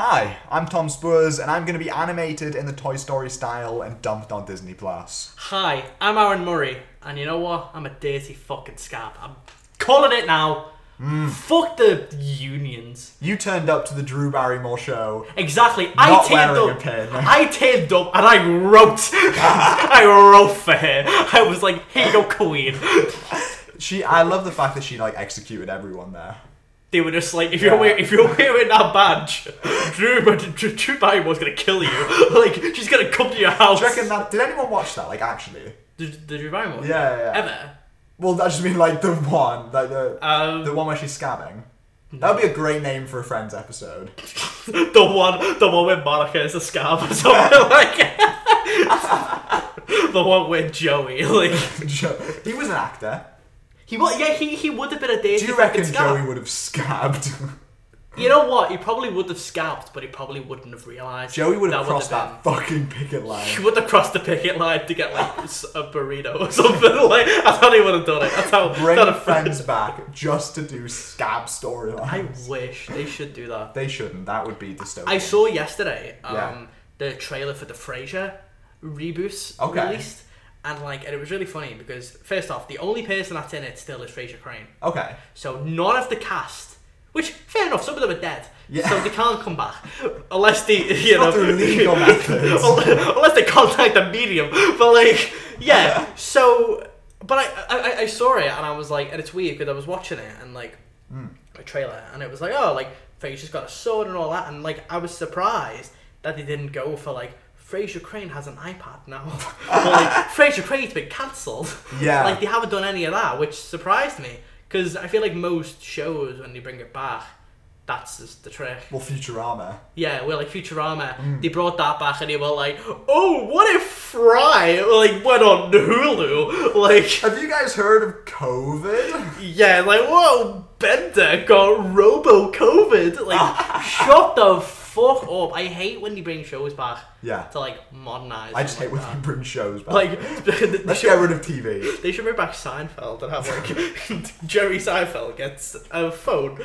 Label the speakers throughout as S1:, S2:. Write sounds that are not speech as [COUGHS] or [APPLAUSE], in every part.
S1: Hi, I'm Tom Spurs, and I'm going to be animated in the Toy Story style and dumped on Disney Plus.
S2: Hi, I'm Aaron Murray, and you know what? I'm a dirty fucking scab. I'm calling it now.
S1: Hmm.
S2: Fuck the unions.
S1: You turned up to the Drew Barrymore show.
S2: Exactly.
S1: Not
S2: I turned
S1: wearing
S2: up.
S1: a pin.
S2: I turned up and I wrote. [LAUGHS] I wrote for her. I was like, here you go, queen.
S1: She, I love the fact that she like executed everyone there.
S2: They were just like, if you're wearing, if you're wearing that badge, Drew, Drew, Drew Barrymore's gonna kill you. [LAUGHS] like, she's gonna come to your house.
S1: Do you reckon that? Did anyone watch that? Like actually?
S2: the, the Drew Barrymore?
S1: Yeah, yeah. yeah.
S2: Ever?
S1: Well, that just mean like the one, like the
S2: Um,
S1: the one where she's scabbing. That would be a great name for a Friends episode. [LAUGHS]
S2: the one the one where Monica is a scab or something [LAUGHS] like the one where Joey like
S1: Jo- he was an actor.
S2: he was yeah he, he would have been a
S1: Do
S2: daisy
S1: you
S2: fucking
S1: reckon
S2: scab.
S1: Joey would have scabbed? [LAUGHS]
S2: You know what? He probably would have scabbed, but he probably wouldn't have realised.
S1: Joey would have crossed
S2: would've
S1: that fucking picket
S2: [LAUGHS] been- He
S1: line.
S2: would have crossed the picket line to get like [LAUGHS] s- a burrito or something. [LAUGHS] Like I thought he would have done it. That's how.
S1: Bring
S2: that a [LAUGHS]
S1: Friends back just to do scab storylines.
S2: I wish they should do that.
S1: They shouldn't. That would be dystopian.
S2: I saw yesterday um,
S1: Yeah.
S2: the trailer for the Frasier reboot
S1: Okay.
S2: released, and like, and it was really funny because first off, the only person that's in it still is Frasier Crane,
S1: Okay.
S2: so none of the cast. Which fair enough, some of them are dead,
S1: Yeah.
S2: so they can't come back unless they, [LAUGHS] you
S1: Not
S2: know,
S1: through legal methods.
S2: unless they contact the medium. But like,
S1: [LAUGHS]
S2: yeah. So, but I, I, I saw it and I was like, and it's weird because I was watching it and like
S1: Hmm.
S2: a trailer, and it was like, oh, like Frasier's got a sword and all that, and like I was surprised that they didn't go for like Frasier Crane has an iPad now, [LAUGHS] or
S1: [LAUGHS]
S2: like Frasier Crane's been cancelled.
S1: Yeah.
S2: like they haven't done any of that, which surprised me because I feel like most shows when they bring it back, that's just the trick.
S1: Well, Futurama.
S2: Yeah, we're like Futurama.
S1: Mm.
S2: They brought that back, and they were like, "Oh, what if Fry like went on Hulu? Like,
S1: Have you guys heard of COVID?
S2: yeah, like whoa, Bender got Robo COVID.
S1: [LAUGHS]
S2: Like, shut the fuck up. I hate when they bring shows back
S1: Yeah.
S2: to like modernize.
S1: I just hate
S2: them
S1: when you bring shows back.
S2: like [LAUGHS] that. like they- they
S1: Let's
S2: should,
S1: get rid of TV.
S2: they should bring back Seinfeld and have like [LAUGHS] Jerry Seinfeld gets
S1: [LAUGHS]
S2: a phone,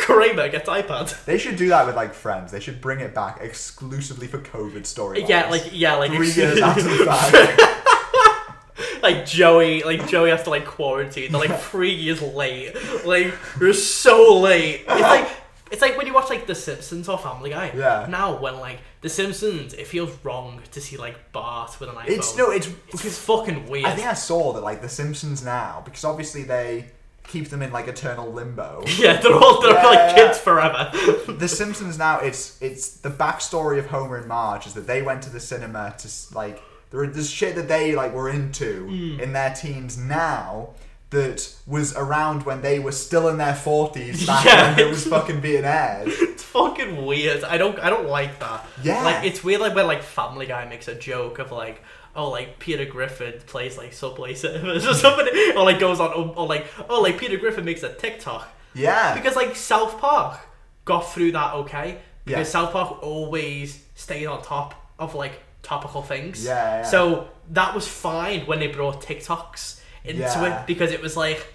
S2: Kramer gets iPad.
S1: They should do that with like Friends. They should bring it back exclusively for COVID storylines.
S2: Yeah, like yeah, like
S1: three years
S2: [LAUGHS]
S1: after the fact.
S2: like Joey, like Joey has to like quarantine. They're like three years late. Like you're so late. It's like it's like when you watch like The Simpsons or Family Guy.
S1: Yeah.
S2: Now when like The Simpsons, it feels wrong to see like Bart with an iPhone.
S1: It's no, it's
S2: It's
S1: because
S2: fucking weird.
S1: I think I saw that like The Simpsons now because obviously they keep them in like eternal limbo.
S2: [LAUGHS] yeah, they're all they're
S1: Yeah,
S2: like
S1: yeah,
S2: kids forever.
S1: The Simpsons now it's it's the backstory of Homer and Marge is that they went to the cinema to s- like there were- there's shit that they like were into
S2: Hmm.
S1: in their teens now that was around when they were still in their
S2: [LAUGHS]
S1: forties back
S2: Yeah.
S1: when it was fucking being aired.
S2: it's fucking weird. I don't I don't like that.
S1: Yeah.
S2: Like it's weird like when like Family Guy makes a joke of like oh like Peter Griffin plays like Subway Surfers [LAUGHS] or something or like goes on or like oh like Peter Griffin makes a TikTok.
S1: Yeah,
S2: Because like South Park got through that okay. Because
S1: Yeah.
S2: South Park always stayed on top of like topical things.
S1: Yeah, yeah.
S2: So that was fine when they brought TikToks into
S1: Yeah.
S2: it because it was like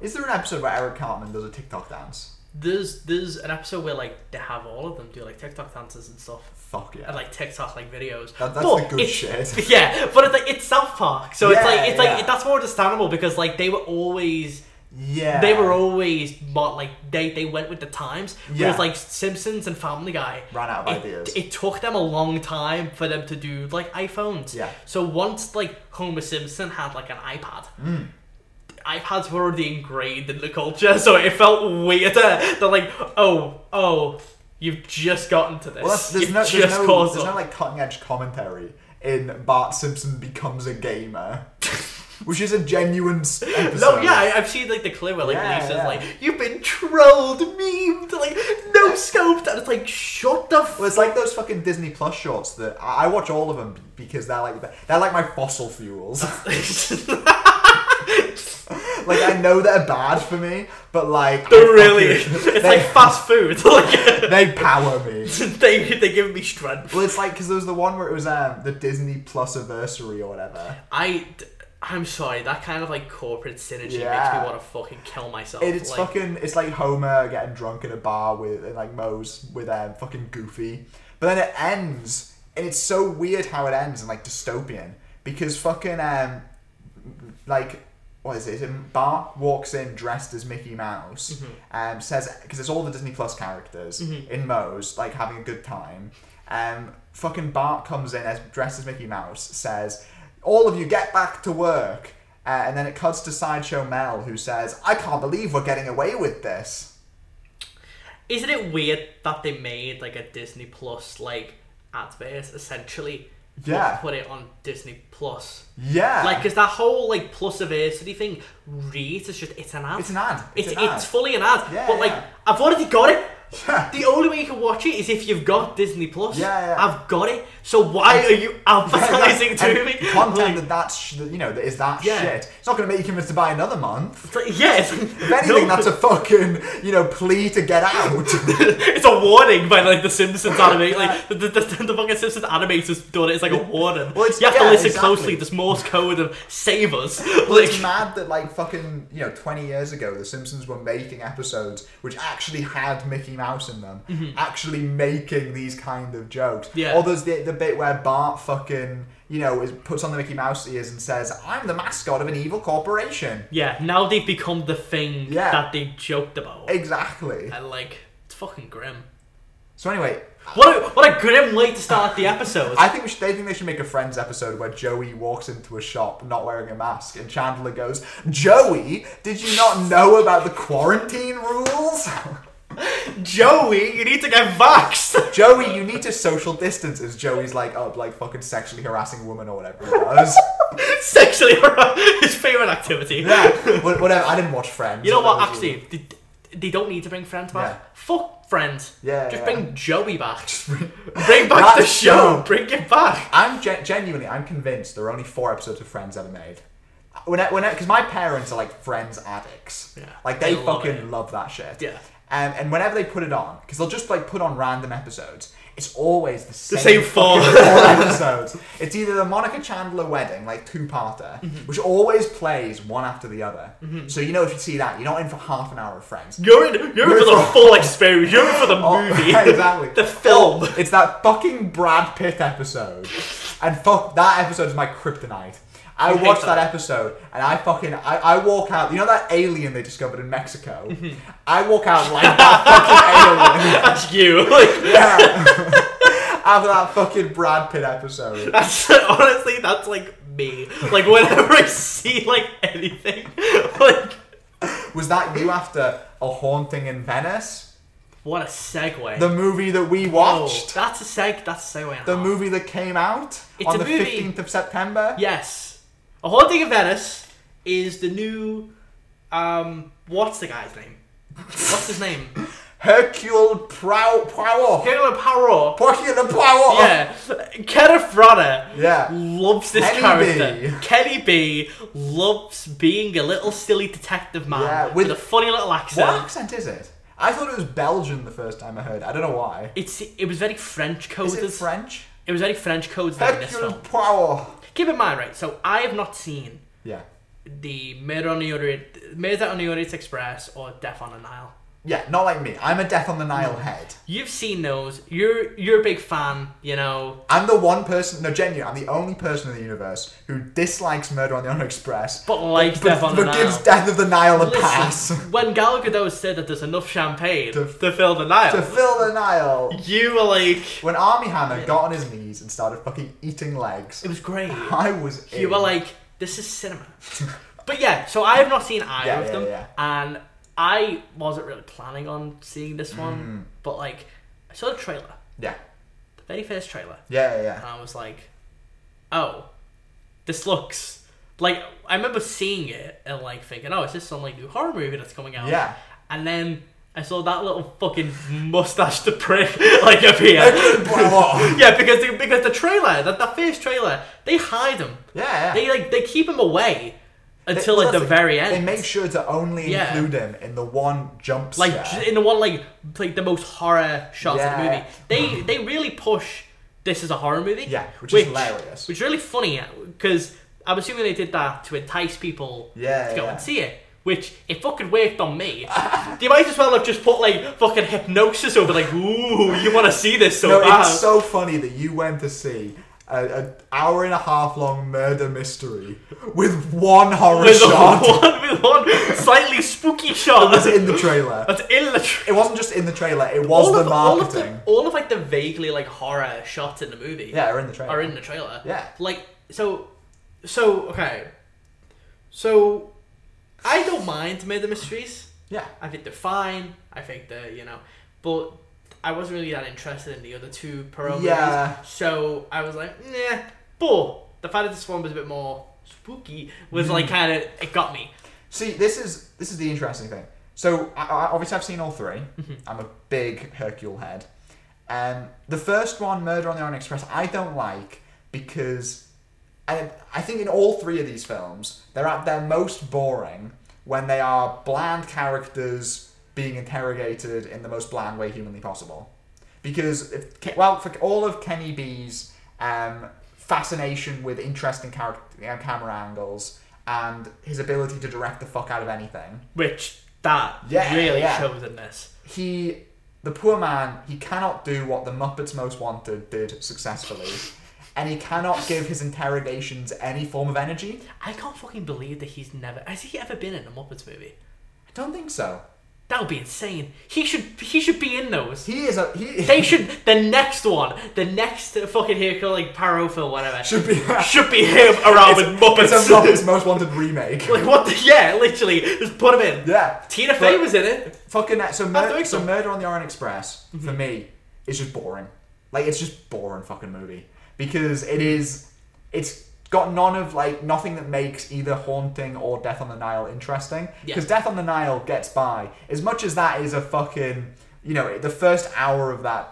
S1: is there an episode where Eric Cartman does a TikTok dance?
S2: there's there's an episode where like they have all of them do like TikTok dances and stuff.
S1: Fuck yeah.
S2: And like TikTok like videos.
S1: That- that's
S2: But
S1: the good
S2: it's-
S1: shit.
S2: [LAUGHS] Yeah, but it's like it's South Park, so
S1: Yeah,
S2: it's like it's
S1: yeah.
S2: like that's more understandable because like they were always
S1: yeah,
S2: they were always mo- like they they went with the times.
S1: Yeah.
S2: Whereas like Simpsons and Family Guy
S1: Ran out of
S2: it,
S1: ideas.
S2: It took them a long time for them to do like iPhones.
S1: Yeah.
S2: So once like Homer Simpson had like an iPad.
S1: Mm.
S2: iPads were already ingrained in the culture, so it felt weirder. They're like, oh, oh, you've just gotten to this.
S1: Well, that's,
S2: [LAUGHS]
S1: there's
S2: you've
S1: no, there's,
S2: just
S1: no,
S2: caused
S1: there's
S2: it."
S1: no like cutting edge commentary in Bart Simpson becomes a
S2: [LAUGHS]
S1: gamer, which is a genuine s- episode.
S2: No, yeah, I, I've seen like the clip where like
S1: Yeah,
S2: Lisa's
S1: yeah.
S2: like, "You've been trolled, memed, like no scoped," and it's like, "Shut the
S1: Well, it's like those fucking Disney Plus shorts that I, I watch all of them because they're like they're like my fossil fuels. [LAUGHS]
S2: [LAUGHS] They're
S1: like I know they're bad for me, but like I [LAUGHS]
S2: really. [LAUGHS]
S1: fucking-
S2: It's
S1: they,
S2: like fast food. [LAUGHS] Like
S1: they power me.
S2: they they give me strength. Oh,
S1: Well, it's like because there was the one where it was um, the Disney Plus anniversary or whatever.
S2: I I'm sorry, that kind of like corporate synergy
S1: Yeah.
S2: makes me want to fucking kill myself.
S1: It, it's
S2: like,
S1: fucking. It's like Homer getting drunk in a bar with and like Moe's with um, fucking Goofy, but then it ends, and it's so weird how it ends and like dystopian because fucking um, like what is it? And Bart walks in dressed as Mickey Mouse,
S2: Mm-hmm.
S1: um, says because it's all the Disney Plus characters in Moe's like having a good time. Um, fucking Bart comes in as dressed as Mickey Mouse, says, "All of you get back to work." Uh, and then it cuts to Sideshow Mel, who says, I can't believe we're getting away with this.
S2: Isn't it weird that they made like a Disney Plus like advert essentially? but
S1: Yeah.
S2: Put it on Disney Plus.
S1: Yeah.
S2: Like,
S1: [LAUGHS]
S2: because that whole like plus diversity thing reads as just it's an ad.
S1: It's an ad. It's
S2: It's it's,
S1: an ad.
S2: fully an ad.
S1: Yeah,
S2: but like
S1: yeah.
S2: I've already got it.
S1: Yeah.
S2: The only way you can watch it is if you've got Disney Plus.
S1: Yeah, yeah.
S2: I've got it. So why
S1: [LAUGHS]
S2: are you advertising
S1: And
S2: to me?
S1: Content
S2: Like,
S1: that that's, sh- that, you know, that is that
S2: Yeah.
S1: shit. It's not going to make you convinced to buy another month.
S2: [LAUGHS] it's [LAUGHS] like, yeah, it's,
S1: If anything, that's a fucking, you know, plea to get out.
S2: [LAUGHS] it's a warning by like
S1: [LAUGHS]
S2: the Simpsons animate, like the, the, the, the fucking Simpsons animators done it. It's like a warning.
S1: Well, it's-
S2: you have to
S1: yeah,
S2: listen
S1: exactly.
S2: closely. This Morse code of save us.
S1: it's
S2: like,
S1: mad that, like, fucking, you know, 20 years ago, The Simpsons were making episodes which actually had Mickey Mouse in them, actually making these kind of jokes.
S2: Mm-hmm. Yeah.
S1: Or there's the, the bit where Bart fucking, you know, is, puts on the Mickey Mouse ears and says, I'm the mascot of an evil corporation.
S2: yeah, now they've become the thing
S1: Yeah.
S2: that they joked about,
S1: Exactly.
S2: and like it's fucking grim.
S1: So anyway,
S2: What a, what a grim way to start the [LAUGHS] episode.
S1: I think we should, they think they should make a Friends episode where Joey walks into a shop not wearing a mask, and Chandler goes, "Joey, did you not know about the quarantine rules? [LAUGHS]
S2: Joey, you need to get vaxxed.
S1: Joey, you need to social distance." As Joey's like up, like fucking sexually harassing a woman or whatever he
S2: [LAUGHS]
S1: does.
S2: [LAUGHS] Sexually harass his favorite activity.
S1: yeah, wha- whatever. I didn't watch Friends.
S2: You know what?
S1: That was-
S2: Actually, they, they don't need to bring friends back.
S1: Yeah.
S2: Fuck friends.
S1: Yeah,
S2: Just
S1: yeah.
S2: bring Joey back. [LAUGHS] bring back
S1: That's
S2: the show.
S1: true.
S2: Bring it back.
S1: I'm gen- genuinely, I'm convinced there are only four episodes of Friends ever made. When I, when because my parents are like Friends addicts,
S2: Yeah.
S1: like they,
S2: They love
S1: fucking
S2: it.
S1: love that shit.
S2: Yeah.
S1: Um, and whenever they put it on, because they'll just like put on random episodes, it's always the same,
S2: same four.
S1: fucking four episodes. It's either the Monica Chandler wedding, like two parter,
S2: Mm-hmm.
S1: which always plays one after the other. So you know if you see that, you're not in for half an hour of Friends.
S2: [LAUGHS] You're in. You're in for the full experience. You're in for [LAUGHS] the
S1: [LAUGHS] Oh, [LAUGHS]
S2: movie.
S1: exactly.
S2: [LAUGHS] the film.
S1: Oh, it's that fucking Brad Pitt episode. And fuck, that episode is my kryptonite. I
S2: You hate
S1: watched that.
S2: that.
S1: episode and I fucking I, I walk out. You know that alien they discovered in Mexico?
S2: Mm-hmm.
S1: I walk out like
S2: [LAUGHS]
S1: that
S2: That's you. Like
S1: fucking alien. Yeah. [LAUGHS] After that fucking Brad Pitt episode.
S2: that's [LAUGHS] honestly that's like me. Like whenever I see like anything, like
S1: Was that you after A Haunting in Venice?
S2: what a segue.
S1: The movie that we
S2: Oh,
S1: watched?
S2: that's a seg. That's a segue. and a
S1: The
S2: half.
S1: movie that came out
S2: It's
S1: on
S2: a
S1: the
S2: movie.
S1: 15th of September?
S2: Yes. A Haunting of Venice is the new. Um, what's the guy's name? What's
S1: [COUGHS]
S2: his name?
S1: Hercule Prow- Poirot.
S2: Kenneth Poirot.
S1: Hercule Poirot.
S2: Yeah. Kenneth Branagh
S1: Yeah.
S2: loves this
S1: Kenny
S2: character.
S1: B.
S2: Kenny B loves being a little silly detective man
S1: Yeah,
S2: with,
S1: with-
S2: a funny little accent.
S1: What accent is it? I thought it was Belgian the first time I heard. it. I don't know why.
S2: It's it was very French coded.
S1: Is it French?
S2: It was very French coded in this
S1: Hercule
S2: film.
S1: Poirot.
S2: Keep in mind, right? So I have not seen
S1: Yeah.
S2: the Murder on the Orient, Murder on the Orient Express or Death on the Nile.
S1: Yeah, not like me. I'm a Death on the
S2: Hmm.
S1: Nile head.
S2: You've seen those. You're you're a big fan, you know.
S1: I'm the one person, no, genuinely, I'm the only person in the universe who dislikes Murder on the Orient Express,
S2: But like Death on the
S1: but gives
S2: Nile.
S1: Death of the Nile a
S2: Listen,
S1: pass.
S2: when Gal Gadot said that there's enough champagne to,
S1: To-
S2: fill the Nile,
S1: to fill the Nile.
S2: you were like,
S1: When Army Hammer got on his knees and started fucking eating legs,
S2: it was great.
S1: I was in.
S2: You were like, this is cinema. [LAUGHS] but yeah, so I have not seen either
S1: Yeah,
S2: of
S1: yeah,
S2: them,
S1: yeah.
S2: and I wasn't really planning on seeing this one.
S1: Mm.
S2: But like, I saw the trailer,
S1: yeah,
S2: the very first trailer,
S1: yeah, yeah,
S2: [LAUGHS]
S1: yeah.
S2: and I was like, oh, this looks like I remember seeing it and like thinking, oh, is this some like new horror movie that's coming out?
S1: Yeah.
S2: And then I saw that little fucking mustache to prick [LAUGHS]
S1: [LAUGHS]
S2: like appear.
S1: Hercule Poirot.
S2: yeah, because the, because the trailer, that the first trailer, they hide him.
S1: Yeah, yeah.
S2: They like they keep him away until
S1: Well,
S2: like the
S1: that's
S2: very
S1: it.
S2: end.
S1: They make sure to only
S2: Yeah.
S1: include him in the one jump
S2: like
S1: scare.
S2: j- in the one like like the most horror shots
S1: Yeah.
S2: of the
S1: [LAUGHS]
S2: movie. They they really push this as a horror movie.
S1: Yeah, which is hilarious.
S2: Which is really funny because uh, I'm assuming they did that to entice people
S1: Yeah,
S2: to go
S1: yeah.
S2: and see it. Which it fucking worked on me. [LAUGHS] they might as well have just put like fucking hypnosis over like, ooh, you want to see this so
S1: No,
S2: bad.
S1: it's so funny that you went to see a, a hour and a half long murder mystery with one horror
S2: [LAUGHS] with
S1: shot
S2: [LAUGHS] one, with one slightly spooky shot.
S1: that's [LAUGHS] in the trailer.
S2: That's in the tr-
S1: It wasn't just in the trailer; it was the
S2: all
S1: marketing.
S2: of the all of like the vaguely like horror shots in the movie
S1: yeah, are in the trailer.
S2: are in the trailer.
S1: Yeah.
S2: Like so so okay. So I don't mind murder mysteries.
S1: yeah,
S2: I think they're fine. I think they're you know but I wasn't really that interested in the other two Perot
S1: Yeah.
S2: movies. So I was like, nah. But the fact that this one was a bit more spooky was like kind of it got me.
S1: See, this is this is the interesting thing. So I, I, obviously, I've seen all 3 i I'm a big Hercule head. Um, the first one, Murder on the Orient Express, I don't like because I, I think in all three of these films, they're at their most boring when they are bland characters being interrogated in the most bland way humanly possible. Because if Ke- well, for all of Kenny B's um, fascination with interesting character uh, camera angles and his ability to direct the fuck out of anything,
S2: Which that
S1: Yeah,
S2: really
S1: yeah.
S2: shows in this.
S1: he the poor man he cannot do what the muppets most wanted did successfully and he cannot give his interrogations any form of energy
S2: I can't fucking believe that he's never has he ever been in a Muppets movie.
S1: i don't think so
S2: That would be insane. He should he should be in those.
S1: he is a he
S2: They should the next one, the next fucking Hercule like Paro film, whatever, should,
S1: [LAUGHS] should be
S2: be him around with Muppets.
S1: it's a muppets most wanted remake
S2: [LAUGHS] like what? The, yeah, literally, just put him in.
S1: yeah
S2: Tina Fey
S1: But-
S2: was in it.
S1: fucking that so,
S2: I
S1: mur-
S2: think
S1: so
S2: so. Mm-hmm.
S1: murder on the orient express for me is just boring like it's just boring fucking movie because it is it's got none of like nothing that makes either haunting or death on the nile interesting
S2: Yeah.
S1: because death on the nile gets by as much as that is a fucking you know the first hour of that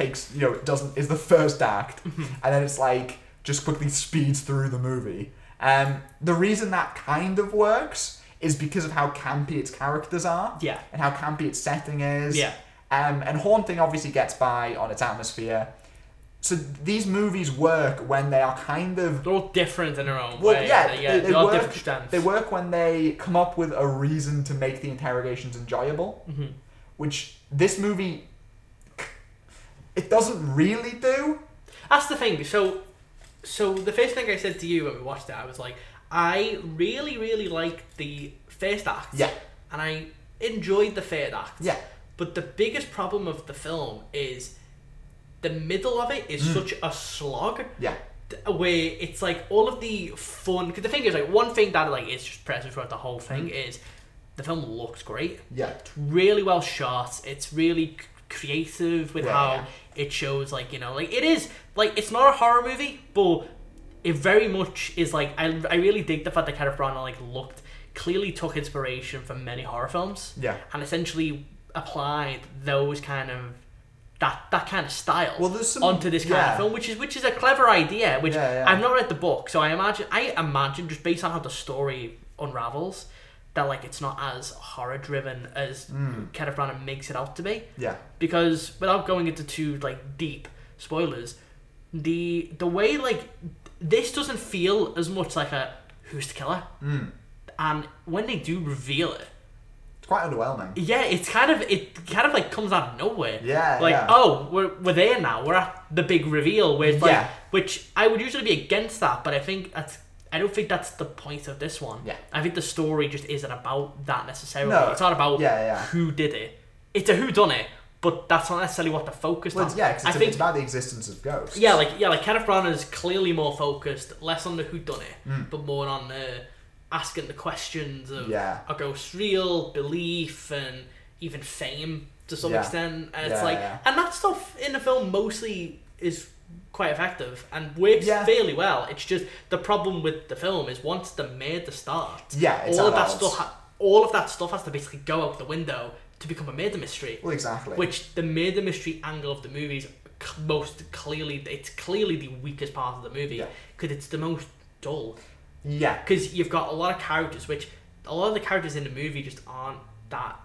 S1: takes you know it doesn't is the first act
S2: Mm-hmm.
S1: and then it's like just quickly speeds through the movie um, the reason that kind of works is because of how campy its characters are
S2: Yeah.
S1: and how campy its setting is.
S2: Yeah.
S1: Um, and Haunting obviously gets by on its atmosphere. So these movies work when they are kind of
S2: They're all different in their own
S1: well,
S2: way.
S1: yeah,
S2: they,
S1: they,
S2: they
S1: they
S2: all
S1: work.
S2: different strands.
S1: They work when they come up with a reason to make the interrogations enjoyable,
S2: Mm-hmm.
S1: which this movie it doesn't really do.
S2: That's the thing. So, so the first thing I said to you when we watched it, I was like, I really, really liked the first act.
S1: Yeah.
S2: And I enjoyed the third act.
S1: Yeah.
S2: But the biggest problem of the film is the middle of it is such a slog
S1: Mm. Yeah,
S2: th- where it's like all of the fun. Because the thing is, like one thing that like is just present throughout the whole thing
S1: Mm.
S2: is the film looks great
S1: yeah,
S2: really well shot. It's really c- creative with
S1: Yeah,
S2: how
S1: yeah.
S2: it shows, like you know, like it is like it's not a horror movie, but it very much is like I, I really dig the fact that Kenneth Branagh like looked clearly took inspiration from many horror films,
S1: yeah.
S2: and essentially applied those kind of that that kind of style
S1: Well, there's some-
S2: onto this kind
S1: yeah.
S2: of film, which is which is a clever idea. Which
S1: Yeah, yeah.
S2: I've not read the book, so I imagine I imagine just based on how the story unravels that like it's not as horror driven as Kenneth Branagh makes it out to be.
S1: Yeah.
S2: Because without going into too like deep spoilers, the the way like this doesn't feel as much like a who's the killer, and when they do reveal it,
S1: It's quite underwhelming.
S2: yeah, it's kind of it kind of like comes out of nowhere.
S1: Yeah,
S2: like
S1: yeah.
S2: oh, we're we're there now. We're at the big reveal. Where it's like,
S1: Yeah.
S2: which I would usually be against that, but I think that's I don't think that's the point of this one.
S1: Yeah.
S2: I think the story just isn't about that necessarily.
S1: No.
S2: It's not about
S1: Yeah, yeah.
S2: who did it. It's a who done it, but that's not necessarily what the focus.
S1: Well,
S2: on.
S1: yeah, because
S2: I
S1: it's,
S2: think
S1: it's about the existence of ghosts.
S2: yeah, like yeah, like Kenneth Branagh is clearly more focused, less on the who done it,
S1: Hmm.
S2: but more on the asking the questions of
S1: Yeah.
S2: are ghosts real, belief, and even fame to some
S1: Yeah.
S2: extent. And it's
S1: Yeah,
S2: like,
S1: yeah.
S2: and that stuff in the film mostly is quite effective and works
S1: Yeah.
S2: fairly well. It's just the problem with the film is once the murder starts,
S1: Yeah, it's
S2: all of that
S1: adults.
S2: stuff, ha- all of that stuff has to basically go out the window to become a murder mystery.
S1: Well, exactly.
S2: Which the murder mystery angle of the movie is c- most clearly it's clearly the weakest part of the movie
S1: Yeah.
S2: because it's the most dull
S1: yeah,
S2: because you've got a lot of characters which a lot of the characters in the movie just aren't that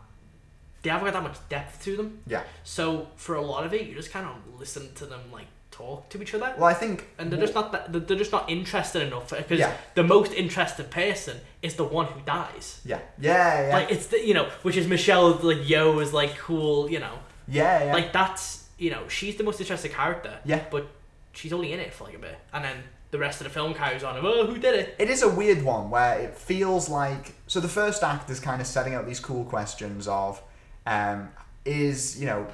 S2: they haven't got that much depth to them
S1: yeah.
S2: so for a lot of it you just kind of listen to them like talk to each other.
S1: Well, I think.
S2: and they're just not that, they're just not interested enough because
S1: Yeah.
S2: the most interested person is the one who dies.
S1: Yeah. Yeah, yeah.
S2: Like it's the you know which is Michelle like Yo is like cool you know
S1: yeah, yeah.
S2: like that's you know she's the most interesting character.
S1: Yeah.
S2: But she's only in it for like a bit, and then the rest of the film carries on. Of, oh, who did it?
S1: it is a weird one where it feels like so the first act is kind of setting up these cool questions of um, is you know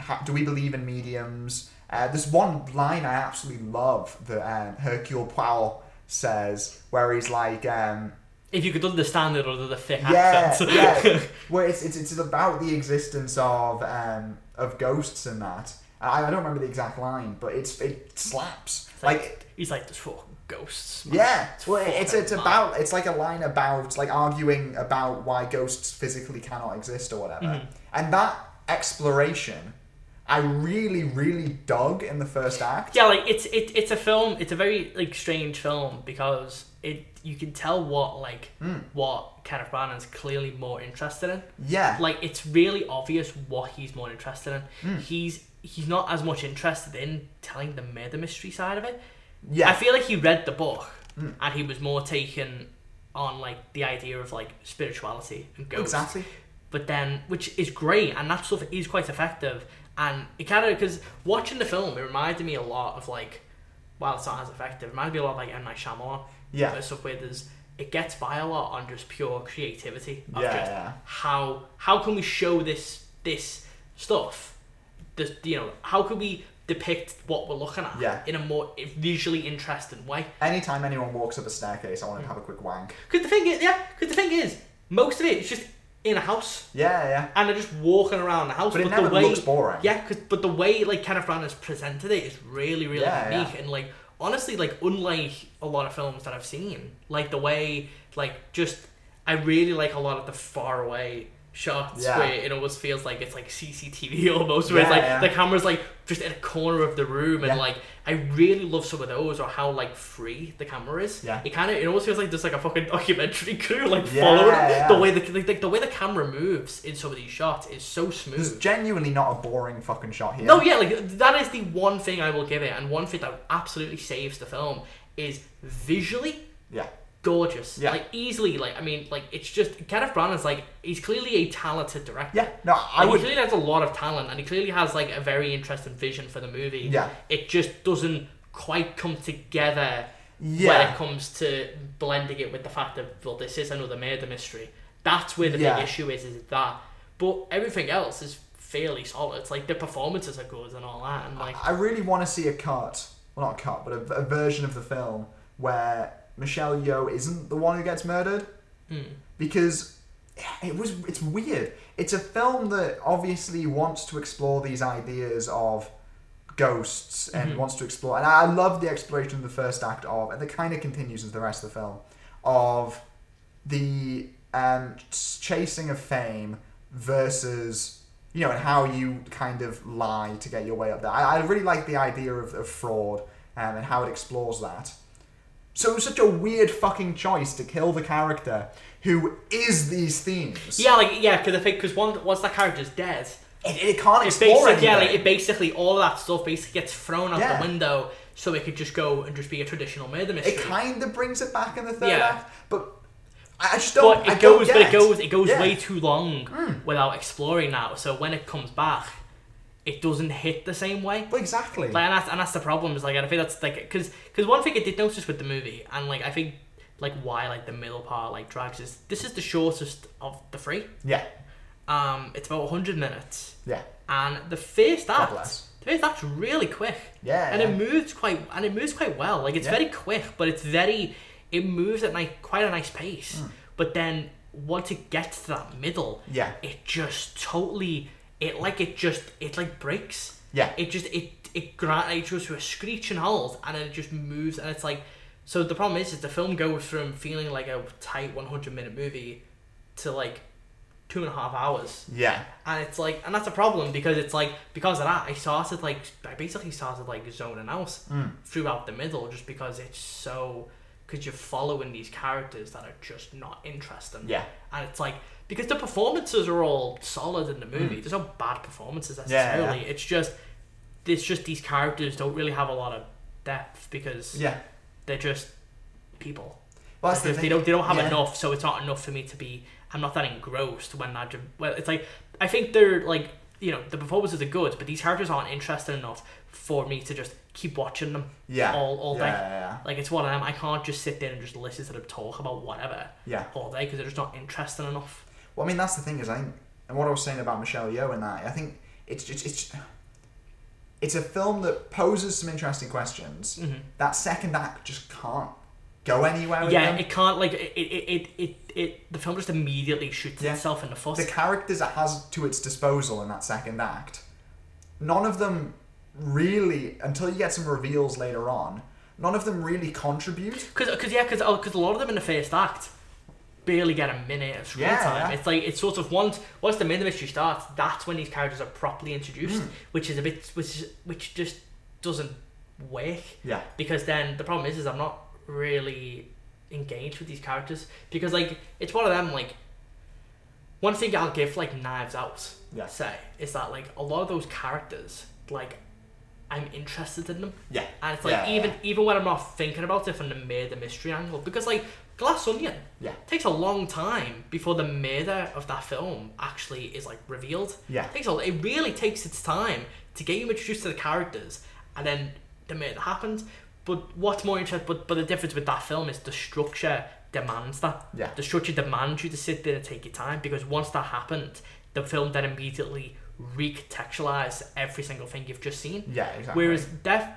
S1: ha- do we believe in mediums uh, there's one line i absolutely love that um, hercule poirot says where he's like um,
S2: If you could understand it under the thick
S1: yeah,
S2: accent.
S1: yeah. Well, it's, it's, it's about the existence of um, of ghosts and that. I, I don't remember the exact line, but it's it slaps.
S2: It's
S1: Like
S2: [LAUGHS] he's like there's four ghosts. man."
S1: yeah, well,
S2: fucking
S1: it's it's
S2: mad.
S1: about it's like a line about like arguing about why ghosts physically cannot exist or whatever,
S2: Mm-hmm.
S1: and that exploration, I really really dug in the first act.
S2: yeah like it's it, it's a film it's a very like strange film because it you can tell what like
S1: Hmm.
S2: what kenneth branagh's clearly more interested in
S1: Yeah,
S2: like it's really obvious what he's more interested in
S1: Hmm.
S2: he's he's not as much interested in telling the murder mystery side of it
S1: yeah, Hmm.
S2: i feel like he read the book and he was more taken on like the idea of like spirituality and ghosts
S1: exactly.
S2: but then which is great and that stuff is quite effective and it kind of because watching the film it reminded me a lot of like while it's not as effective it reminded me a lot of like M. Night Shyamalan
S1: Yeah.
S2: There's stuff where there's it gets by a lot on just pure creativity of
S1: Yeah,
S2: just
S1: yeah.
S2: how how can we show this this stuff this you know how can we depict what we're looking at
S1: Yeah.
S2: in a more visually interesting way
S1: Anytime anyone walks up a staircase, I want
S2: Mm.
S1: to have a quick wank.
S2: because the thing is yeah because the thing is most of it is just in a house
S1: Yeah, yeah,
S2: and they're just walking around the house.
S1: But
S2: But,
S1: it
S2: the
S1: never
S2: way,
S1: looks boring.
S2: Yeah, 'cause- but the way like Kenneth Branagh's presented it is really, really
S1: Yeah,
S2: unique
S1: yeah.
S2: and like honestly, like unlike a lot of films that I've seen, like the way, like just I really like a lot of the far away shots
S1: Yeah.
S2: where it almost feels like it's like CCTV [LAUGHS] almost, where it's
S1: Yeah,
S2: like
S1: yeah.
S2: the camera's like just in a corner of the room
S1: Yeah.
S2: and like I really love some of those or how like free the camera is.
S1: Yeah.
S2: It kind of it almost feels like there's like a fucking [LAUGHS] documentary crew like
S1: Yeah,
S2: following
S1: yeah.
S2: the way the like, like, the way the camera moves in some of these shots is so
S1: there's
S2: smooth.
S1: genuinely not a boring fucking shot here.
S2: No, yeah, like that is the one thing I will give it, and one thing that absolutely saves the film is visually
S1: yeah,
S2: gorgeous.
S1: Yeah.
S2: Like easily, like I mean, like it's just Kenneth Branagh's like he's clearly a talented director.
S1: yeah. No, I
S2: Like,
S1: would.
S2: He clearly has a lot of talent, and he clearly has like a very interesting vision for the movie.
S1: Yeah.
S2: It just doesn't quite come together when
S1: Yeah.
S2: it comes to blending it with the fact that well, this is another murder mystery. That's where the
S1: Yeah.
S2: big issue is. Is that, but everything else is fairly solid. It's like the performances are good and all that, and like
S1: I really want to see a cut, well, not a cut, but a, a version of the film where Michelle Yeoh isn't the one who gets murdered, because it was it's weird. It's a film that obviously wants to explore these ideas of ghosts and wants to explore, and I I love the exploration of the first act of, and it kind of continues into the rest of the film of the um, chasing of fame versus you know and how you kind of lie to get your way up there. I, I really like the idea of, of fraud um, and how it explores that. So it was such a weird fucking choice to kill the character who is these themes.
S2: yeah, like yeah, because I think because once once that character's dead,
S1: it, it can't
S2: it
S1: explore
S2: basically
S1: anything.
S2: yeah, like it basically all of that stuff basically gets thrown out
S1: Yeah.
S2: the window, so it could just go and just be a traditional murder mystery.
S1: It kind of brings it back in the third
S2: Yeah.
S1: act, but I I just don't.
S2: but
S1: I
S2: it
S1: don't
S2: goes,
S1: get
S2: but it goes, it goes
S1: Yeah. Hmm.
S2: way too long without exploring that. So when it comes back, it doesn't hit the same way.
S1: Well, exactly.
S2: Like, and that's and that's the problem. Is like, and I think that's like, because because one thing I did notice with the movie, and like I think like why like the middle part like drags is this is the shortest of the three.
S1: yeah,
S2: Um, it's about hundred minutes,
S1: yeah,
S2: and the first act,
S1: bless.
S2: the first act's really quick
S1: yeah.
S2: and
S1: yeah.
S2: it moves quite and it moves quite well like it's
S1: Yeah.
S2: very quick but it's very it moves at like quite a nice pace
S1: Hmm.
S2: but then once it gets to that middle
S1: Yeah.
S2: it just totally it like it just it like breaks
S1: Yeah.
S2: it just it it gra- it goes to a screeching halt and then it just moves and it's like so the problem is is the film goes from feeling like a tight 100 minute movie to like two and a half hours
S1: yeah,
S2: and it's like and that's a problem because it's like because of that i started like i basically started like zoning out throughout the middle just because it's so because you're following these characters that are just not interesting
S1: Yeah.
S2: and it's like because the performances are all solid in the movie there's no bad performances
S1: Hmm. yeah, yeah.
S2: necessarily it's just it's just these characters don't really have a lot of depth because
S1: Yeah.
S2: they're just people.
S1: Well, that's the
S2: If
S1: thing.
S2: they don't they don't have
S1: yeah.
S2: enough, so it's not enough for me to be. I'm not that engrossed when I ju- well, it's like I think they're like you know the performances are good, but these characters aren't interesting enough for me to just keep watching them
S1: Yeah.
S2: all all
S1: yeah,
S2: day.
S1: yeah,
S2: Like it's one of them. I can't just sit there and just listen to them talk about whatever
S1: yeah. Yeah.
S2: all day because they're just not interesting enough.
S1: Well, I mean, that's the thing is, I think, and what I was saying about Michelle Yeoh and that, I think it's just it's it's a film that poses some interesting questions.
S2: Mhm.
S1: That second act just can't go anywhere. With
S2: Yeah,
S1: them.
S2: it can't like it it, it it it the film just immediately shoots
S1: Yeah.
S2: itself in the foot.
S1: the characters it has to its disposal in that second act, none of them really, until you get some reveals later on, none of them really contribute.
S2: Because cause, yeah, because a lot of them in the first act barely get a minute of screen
S1: Yeah,
S2: time.
S1: yeah.
S2: It's like it's sort of once once the main mystery starts, that's when these characters are properly introduced,
S1: Hmm.
S2: which is a bit which is- which just doesn't work
S1: Yeah.
S2: because then the problem is is I'm not really engaged with these characters because like it's one of them like one thing I'll give like Knives Out
S1: Yeah.
S2: say is that like a lot of those characters like I'm interested in them
S1: Yeah.
S2: and it's like
S1: Yeah,
S2: even even when I'm not thinking about it from the murder mystery angle, because like Glass Onion
S1: Yeah.
S2: takes a long time before the murder of that film actually is like revealed.
S1: Yeah.
S2: It takes a, it really takes its time to get you introduced to the characters, and then the murder happens. But what's more interesting, but but the difference with that film is the structure demands that.
S1: Yeah.
S2: The structure demands you to sit there and take your time because once that happened, the film then immediately recontextualized every single thing you've just seen.
S1: Yeah, exactly.
S2: Whereas Death,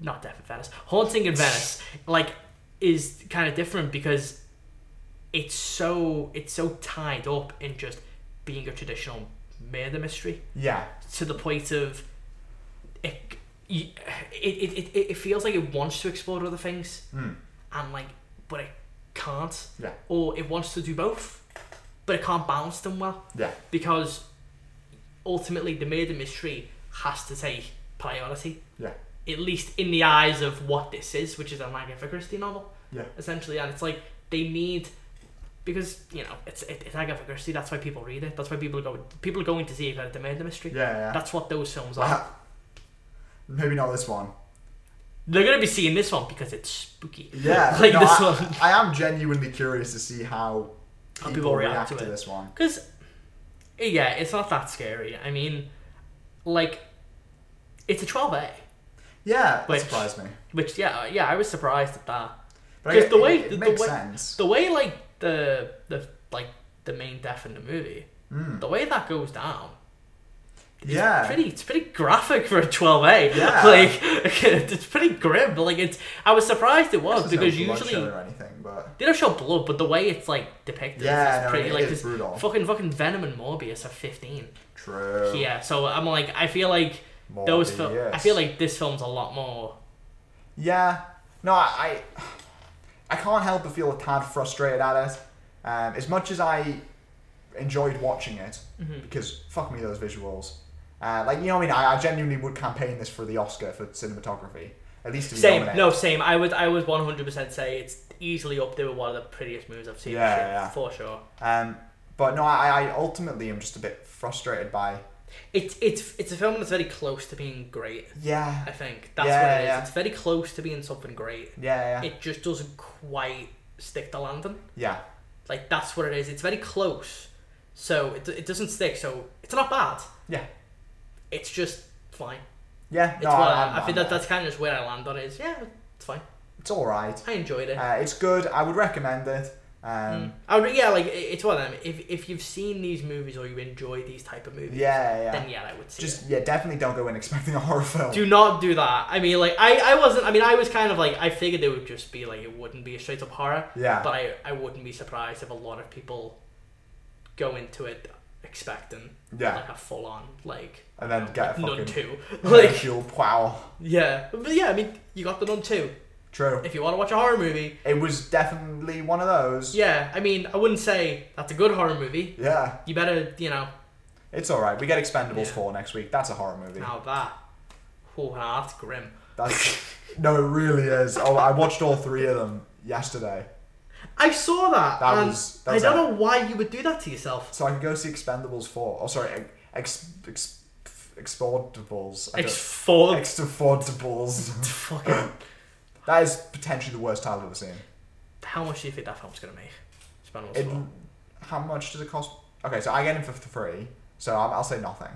S2: not Death in Venice, Haunting in Venice, like, is kind of different because it's so it's so tied up in just being a traditional murder mystery
S1: yeah,
S2: to the point of it it it, it, it feels like it wants to explore other things
S1: Mm.
S2: and like but it can't
S1: yeah,
S2: or it wants to do both but it can't balance them well
S1: yeah,
S2: because ultimately the murder mystery has to take priority,
S1: yeah,
S2: at least in the eyes of what this is, which is an Agatha Christie novel,
S1: yeah,
S2: essentially. And it's like they need because you know it's it, it's Agatha Christie. That's why people read it. That's why people go people are going to see it at the murder mystery.
S1: yeah, yeah.
S2: That's what those films are.
S1: Well, [LAUGHS] Maybe not this one.
S2: They're going to be seeing this one because it's spooky.
S1: [LAUGHS] Yeah,
S2: [LAUGHS] like
S1: no,
S2: this
S1: I,
S2: one.
S1: I am genuinely curious to see how
S2: How
S1: people,
S2: people react
S1: react
S2: to
S1: to,
S2: it.
S1: this one.
S2: Because, yeah, it's not that scary. I mean, like, it's a 12A,
S1: Yeah, that
S2: Which-
S1: surprised me.
S2: which, yeah, uh, yeah, I was surprised at that.
S1: But I
S2: 'Cause
S1: get-
S2: the way-
S1: it, it
S2: the
S1: makes
S2: way-
S1: sense.
S2: the way like the the like the main death in the movie, the way that goes down,
S1: Hmm. yeah,
S2: pretty it's pretty graphic for a twelve A.
S1: Yeah.
S2: [LAUGHS] like it's pretty grim. But like it's, I was surprised it was
S1: There's
S2: because
S1: no bloodshed
S2: usually
S1: or anything, but
S2: they don't show blood, but the way it's like depicted,
S1: Yeah,
S2: is
S1: no,
S2: pretty
S1: it
S2: like
S1: is
S2: this
S1: brutal.
S2: fucking fucking Venom and Morbius are fifteen.
S1: true.
S2: Yeah, so I'm like, I feel like
S1: More
S2: those
S1: than
S2: film, I
S1: yes.
S2: feel like this film's a lot more.
S1: Yeah. No, I, I I can't help but feel a tad frustrated at it. Um, as much as I enjoyed watching it,
S2: Mm-hmm.
S1: because fuck me those visuals. Uh, like you know, what I mean, I, I genuinely would campaign this for the Oscar for cinematography, at least to be
S2: Same,
S1: nominated.
S2: no, same. I would, I would 100% say it's easily up there with one of the prettiest movies I've seen. this
S1: Yeah,
S2: year,
S1: yeah, yeah.
S2: for sure.
S1: Um, but no, I, I ultimately am just a bit frustrated by
S2: It's it's it's a film that's very close to being great.
S1: yeah,
S2: I think that's
S1: Yeah,
S2: what it is.
S1: yeah.
S2: It's very close to being something great.
S1: yeah, yeah,
S2: It just doesn't quite stick the landing.
S1: yeah,
S2: Like that's what it is. It's very close, so it, it doesn't stick. So it's not bad.
S1: yeah,
S2: It's just fine.
S1: yeah.
S2: It's
S1: No,
S2: what
S1: I,
S2: I,
S1: I'm-
S2: I think
S1: I'm-
S2: that that's kind of just where I land on it. Is yeah, it's fine.
S1: it's all right.
S2: I enjoyed it.
S1: Uh, it's good. I would recommend it. Um,
S2: I would, yeah, like it- it's one of them. If if you've seen these movies or you enjoy these type of movies,
S1: Yeah, yeah.
S2: then yeah, I would see it.
S1: Just yeah, definitely don't go in expecting a horror film.
S2: Do not do that. I mean, like, I, I wasn't. I mean, I was kind of like, I figured it would just be like, it wouldn't be a straight up horror.
S1: Yeah.
S2: But I, I wouldn't be surprised if a lot of people go into it expecting
S1: yeah,
S2: like a full on like.
S1: and then get a
S2: like,
S1: fucking [LAUGHS]
S2: Nun two. [LAUGHS] Like,
S1: ridicule. Wow,
S2: yeah, but yeah. I mean, you got the Nun two.
S1: true.
S2: If you want to watch a horror movie,
S1: It was definitely one of those.
S2: yeah. I mean, I wouldn't say that's a good horror movie.
S1: Yeah,
S2: You better, you know,
S1: it's all right. We get Expendables
S2: Yeah.
S1: four next week. That's a horror movie.
S2: now that. Oh, nah, that's grim.
S1: That's no, it really is. Oh, I watched all three of them yesterday,
S2: I saw that.
S1: That
S2: and
S1: was- that
S2: I
S1: was
S2: don't
S1: a-
S2: know why you would do that to yourself.
S1: so I could go see Expendables four. Oh, sorry, ex, ex, ex exportables. I don't-
S2: It's full of
S1: Exportables. [COUGHS]
S2: fucking.
S1: that is potentially the worst title I've ever seen.
S2: How much do you think that film's gonna make? Spendables
S1: It,
S2: Four.
S1: how much does it cost? Okay, so I get him for free, so I'll, I'll say nothing.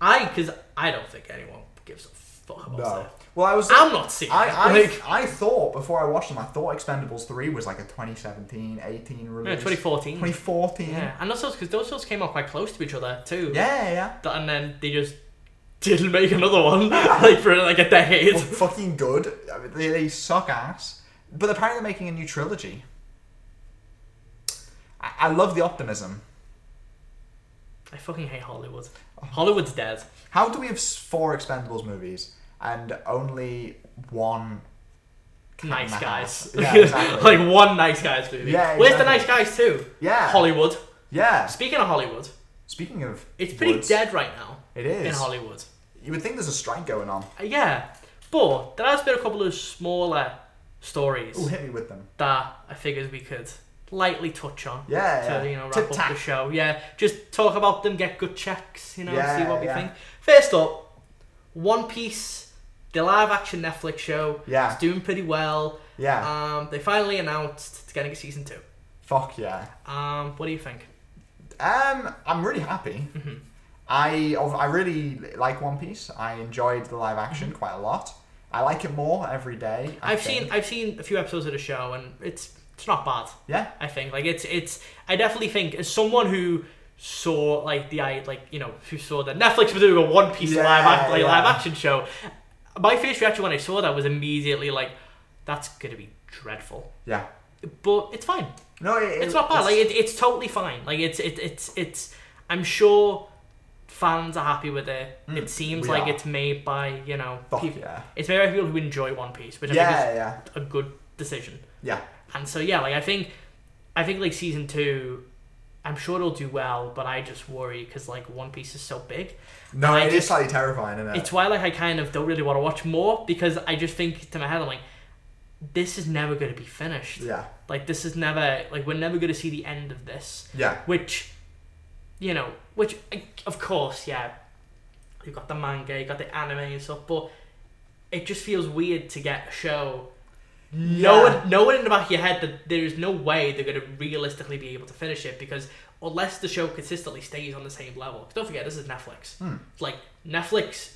S2: I, because I don't think anyone gives a fuck about
S1: No.
S2: that.
S1: Well, I was.
S2: I'm not seeing
S1: I,
S2: it.
S1: I,
S2: like,
S1: I thought before I watched them, I thought Expendables 3 was like a 2017, 18
S2: no,
S1: release.
S2: 2014.
S1: 2014.
S2: Yeah, and those because those films came out quite close to each other too.
S1: Yeah, yeah.
S2: Th- And then they just didn't make another one [LAUGHS] like for like a decade.
S1: Well, [LAUGHS] fucking good. I mean, they, they suck ass. But apparently they're making a new trilogy. I, I love the optimism.
S2: I fucking hate Hollywood. Hollywood's dead.
S1: How do we have s- four Expendables movies and only one?
S2: Nice
S1: Cat in the
S2: guys.
S1: House.
S2: [LAUGHS]
S1: Yeah, exactly.
S2: like one nice guys movie.
S1: Yeah,
S2: Where's the nice
S1: exactly.
S2: guys too?
S1: Yeah.
S2: Hollywood.
S1: Yeah.
S2: Speaking of Hollywood,
S1: Speaking of,
S2: it's pretty
S1: woods,
S2: dead right now
S1: It is.
S2: in Hollywood.
S1: You would think there's a strike going on.
S2: Uh, Yeah, but there has been a couple of smaller stories
S1: Ooh, hit me with them.
S2: that I figured we could lightly touch on.
S1: Yeah.
S2: to
S1: yeah.
S2: you know wrap
S1: Tic
S2: up
S1: Tac.
S2: the show. Yeah, just talk about them, get good checks, you know, see
S1: Yeah,
S2: what we
S1: yeah.
S2: think. First up, One Piece, the live action Netflix show,
S1: Yeah.
S2: it's doing pretty well.
S1: Yeah.
S2: Um, they finally announced it's getting a season two.
S1: Fuck yeah.
S2: Um, what do you think?
S1: Um, I'm really happy.
S2: Mm-hmm.
S1: I I really like One Piece. I enjoyed the live action quite a lot. I like it more every day. I
S2: Mm-hmm. I've
S1: think.
S2: seen I've seen a few episodes of the show and it's it's not bad.
S1: Yeah.
S2: I think like it's it's I definitely think as someone who saw like the I like you know who saw that Netflix were doing a One Piece
S1: Yeah,
S2: live act, like,
S1: yeah.
S2: live action show, my first reaction when I saw that was immediately like, that's gonna be dreadful.
S1: Yeah.
S2: But it's fine.
S1: No, it,
S2: It's not
S1: it's-
S2: bad. Like it, it's totally fine. Like it's it, it's it's I'm sure fans are happy with it. it seems
S1: Mm, we
S2: like
S1: are.
S2: it's made by you know
S1: Fuck
S2: people.
S1: yeah.
S2: It's made by people who enjoy One Piece, which I think is
S1: Yeah, yeah,
S2: a good decision.
S1: yeah.
S2: And so yeah, like I think, I think like season two, I'm sure it'll do well, but I just worry because like One Piece is so big.
S1: No,
S2: I
S1: it is
S2: just-
S1: slightly terrifying, isn't it?
S2: It's why like I kind of don't really want to watch more because I just think to my head I'm like, this is never gonna be finished.
S1: yeah,
S2: Like this is never like we're never gonna see the end of this.
S1: yeah,
S2: Which, you know, which I- of course yeah, you got the manga, you got the anime and stuff, but it just feels weird to get a show
S1: Yeah.
S2: knowing, knowing in the back of your head that there is no way they're going to realistically be able to finish it because unless the show consistently stays on the same level. 'Cause Don't forget, this is Netflix. It's Like, Netflix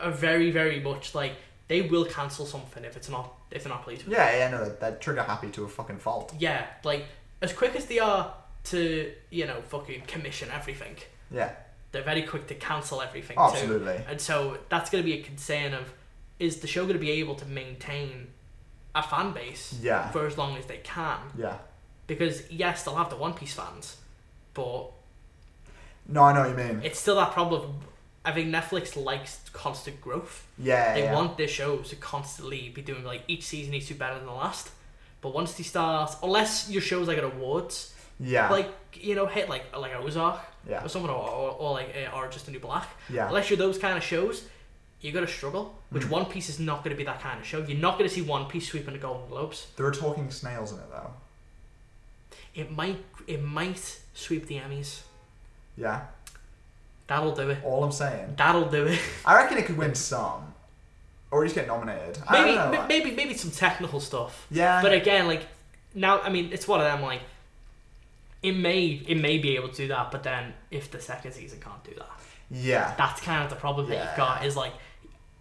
S2: are very, very much like they will cancel something if it's not if they're not pleased with
S1: yeah, yeah. No, they're- they're trigger happy to a fucking fault.
S2: it. Yeah, like as quick as they are to you know fucking commission everything,
S1: Yeah,
S2: they're very quick to cancel everything too.
S1: absolutely.
S2: And so that's going to be a concern of is the show going to be able to maintain a fan base
S1: Yeah,
S2: for as long as they can?
S1: yeah.
S2: Because yes, they'll have the One Piece fans, but
S1: No, I know what you mean.
S2: it's still that problem. of- I think Netflix likes constant growth.
S1: Yeah,
S2: They
S1: yeah.
S2: want their shows to constantly be doing like each season needs to be better than the last. But once they start, unless your show's like at awards,
S1: yeah,
S2: like you know, hit like like Ozark
S1: yeah,
S2: or something, or, or, or like uh, or just a new black.
S1: yeah, Mm.
S2: Unless you're those kind of shows, you're gonna struggle. Which One Piece is not gonna be that kind of show. You're not gonna see One Piece sweeping the Golden Globes.
S1: There are talking snails in it though.
S2: It might it might sweep the Emmys.
S1: Yeah,
S2: That'll do it.
S1: all I'm saying.
S2: That'll do it.
S1: I reckon it could win some, or just get nominated. [LAUGHS] I
S2: Maybe,
S1: don't know.
S2: m- maybe, maybe some technical stuff.
S1: yeah,
S2: But again, like now, I mean, it's one of them. Like it may, it may be able to do that, but then if the second season can't do that,
S1: yeah,
S2: that's kind of the problem that you've
S1: Yeah.
S2: got. Is like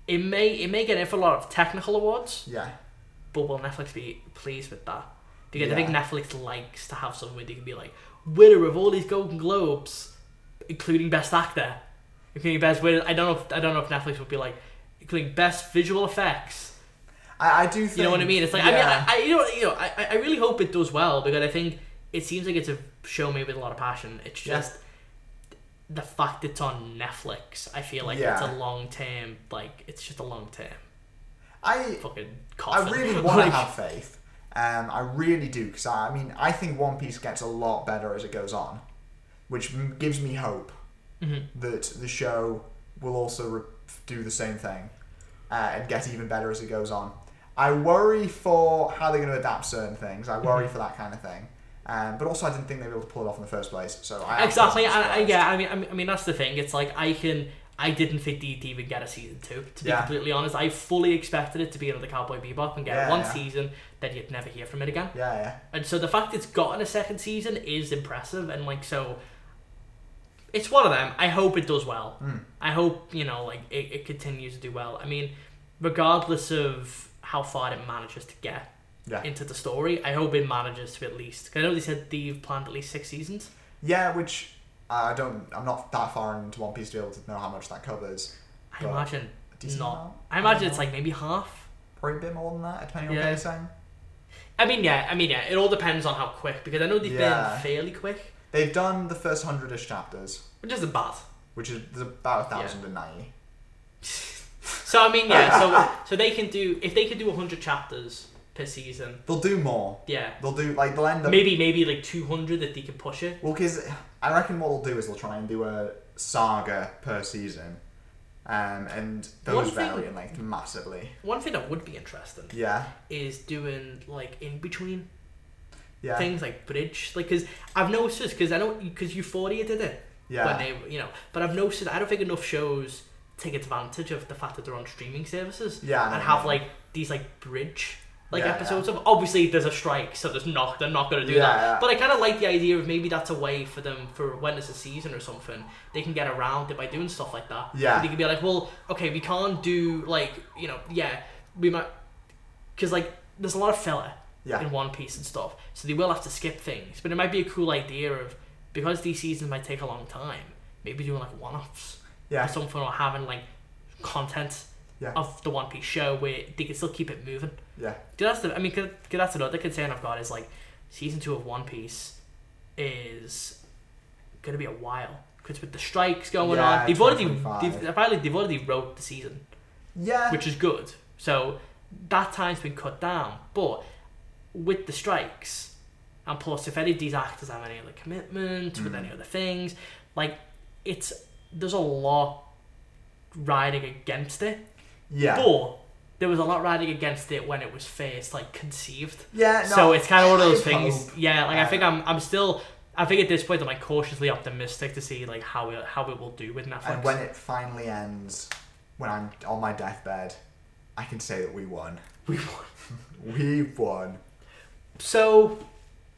S2: it may, it may get in for a lot of technical awards,
S1: yeah,
S2: but will Netflix be pleased with that? Because I think
S1: Yeah.
S2: Netflix likes to have something where they can be like winner of all these Golden Globes, including Best Actor, including Best. Win- I don't know. If, I don't know if Netflix would be like including Best Visual Effects.
S1: I, I do. Think,
S2: You know what I mean? It's like
S1: yeah.
S2: I mean, I, I you know you know I, I- I really hope it does well because I think it seems like it's a show made with a lot of passion. It's
S1: Yeah.
S2: just the fact it's on Netflix. I feel like it's
S1: Yeah.
S2: a long term. Like it's just a long term
S1: I
S2: fucking
S1: I
S2: coffin. [LAUGHS]
S1: really want to
S2: Like,
S1: have faith. Um, I really do because I, I mean I think One Piece gets a lot better as it goes on, which m- gives me hope
S2: Mm-hmm.
S1: that the show will also re- do the same thing uh, and get even better as it goes on. I worry for how they're going to adapt certain things. I worry
S2: Mm-hmm.
S1: for that kind of thing. Um, but also, I didn't think they were able to pull it off in the first place. So I am
S2: exactly.
S1: pleasantly
S2: I, I,
S1: surprised.
S2: yeah, I mean, I mean, I mean, that's the thing. It's like I can I didn't think they'd even get a season two. To be
S1: Yeah.
S2: completely honest, I fully expected it to be another Cowboy Bebop and get
S1: Yeah,
S2: one
S1: yeah.
S2: season, then you'd never hear from it again.
S1: Yeah, yeah.
S2: And so the fact it's gotten a second season is impressive, and like so, it's one of them. I hope it does well.
S1: Hmm.
S2: I hope you know like it, it continues to do well. I mean, regardless of how far it manages to get
S1: Yeah.
S2: into the story, I hope it manages to at least. 'cause I know they said they've planned at least six seasons.
S1: Yeah, which I don't. I'm not that far into One Piece to be able to know how much that covers.
S2: I
S1: Well,
S2: imagine
S1: A decent
S2: not.
S1: amount?
S2: I imagine it's like maybe half.
S1: probably a bit more than that, depending on
S2: Yeah.
S1: what they're saying.
S2: I mean, yeah. I mean, yeah. It all depends on how quick because I know they've
S1: Yeah.
S2: been fairly quick,
S1: They've done the first hundred-ish chapters,
S2: which isn't bad.
S1: which is there's about a thousand and ninety.
S2: So I mean, yeah. So so they can do if they can do hundred chapters per season.
S1: They'll do more.
S2: Yeah.
S1: They'll do like they'll end up.
S2: Maybe maybe like two hundred if they can push it.
S1: Well, because I reckon what they'll do is they'll try and do a saga per season, um, and
S2: One
S1: those
S2: thing-
S1: vary in length massively.
S2: One thing that would be interesting
S1: Yeah,
S2: is doing like in between
S1: yeah,
S2: things like bridge, like because I've noticed this because I know because Euphoria did it
S1: yeah,
S2: when they you know, but I've noticed I don't think enough shows take advantage of the fact that they're on streaming services
S1: yeah. I know what
S2: and have
S1: you
S2: like these like bridge. Like
S1: Yeah,
S2: episodes of obviously there's a strike, so there's not they're not gonna do
S1: Yeah,
S2: that.
S1: yeah.
S2: But I kind of like the idea of maybe that's a way for them for when it's a season or something they can get around it by doing stuff like that.
S1: Yeah.
S2: they can be like, well, okay, we can't do like you know, yeah, we might because like there's a lot of filler
S1: Yeah.
S2: in One Piece and stuff, so they will have to skip things. But it might be a cool idea of because these seasons might take a long time, maybe doing like one-offs
S1: Yeah.
S2: or something, or having like content
S1: Yeah.
S2: of the One Piece show where they can still keep it moving.
S1: Yeah,
S2: 'Cause That's the I mean, 'cause- 'cause that's another concern I've got is like season two of One Piece is gonna be a while because with the strikes going
S1: Yeah,
S2: on, they've already
S1: 2025.
S2: they've, apparently they've already wrote the season
S1: yeah.
S2: which is good. So that time's been cut down. But with the strikes, and plus if any of these actors have any other commitments with any other things, like it's there's a lot riding against it.
S1: yeah,
S2: But there was a lot riding against it when it was first like conceived.
S1: yeah. Uh, No,
S2: so it's kind of one of those
S1: I
S2: things.
S1: hope-
S2: Yeah, like I
S1: Uh,
S2: think I'm I'm still. I think at this point I'm like cautiously optimistic to see like how it how it will do with Netflix.
S1: And when it finally ends, when I'm on my deathbed, I can say that we won. [LAUGHS]
S2: we won.
S1: We won.
S2: So,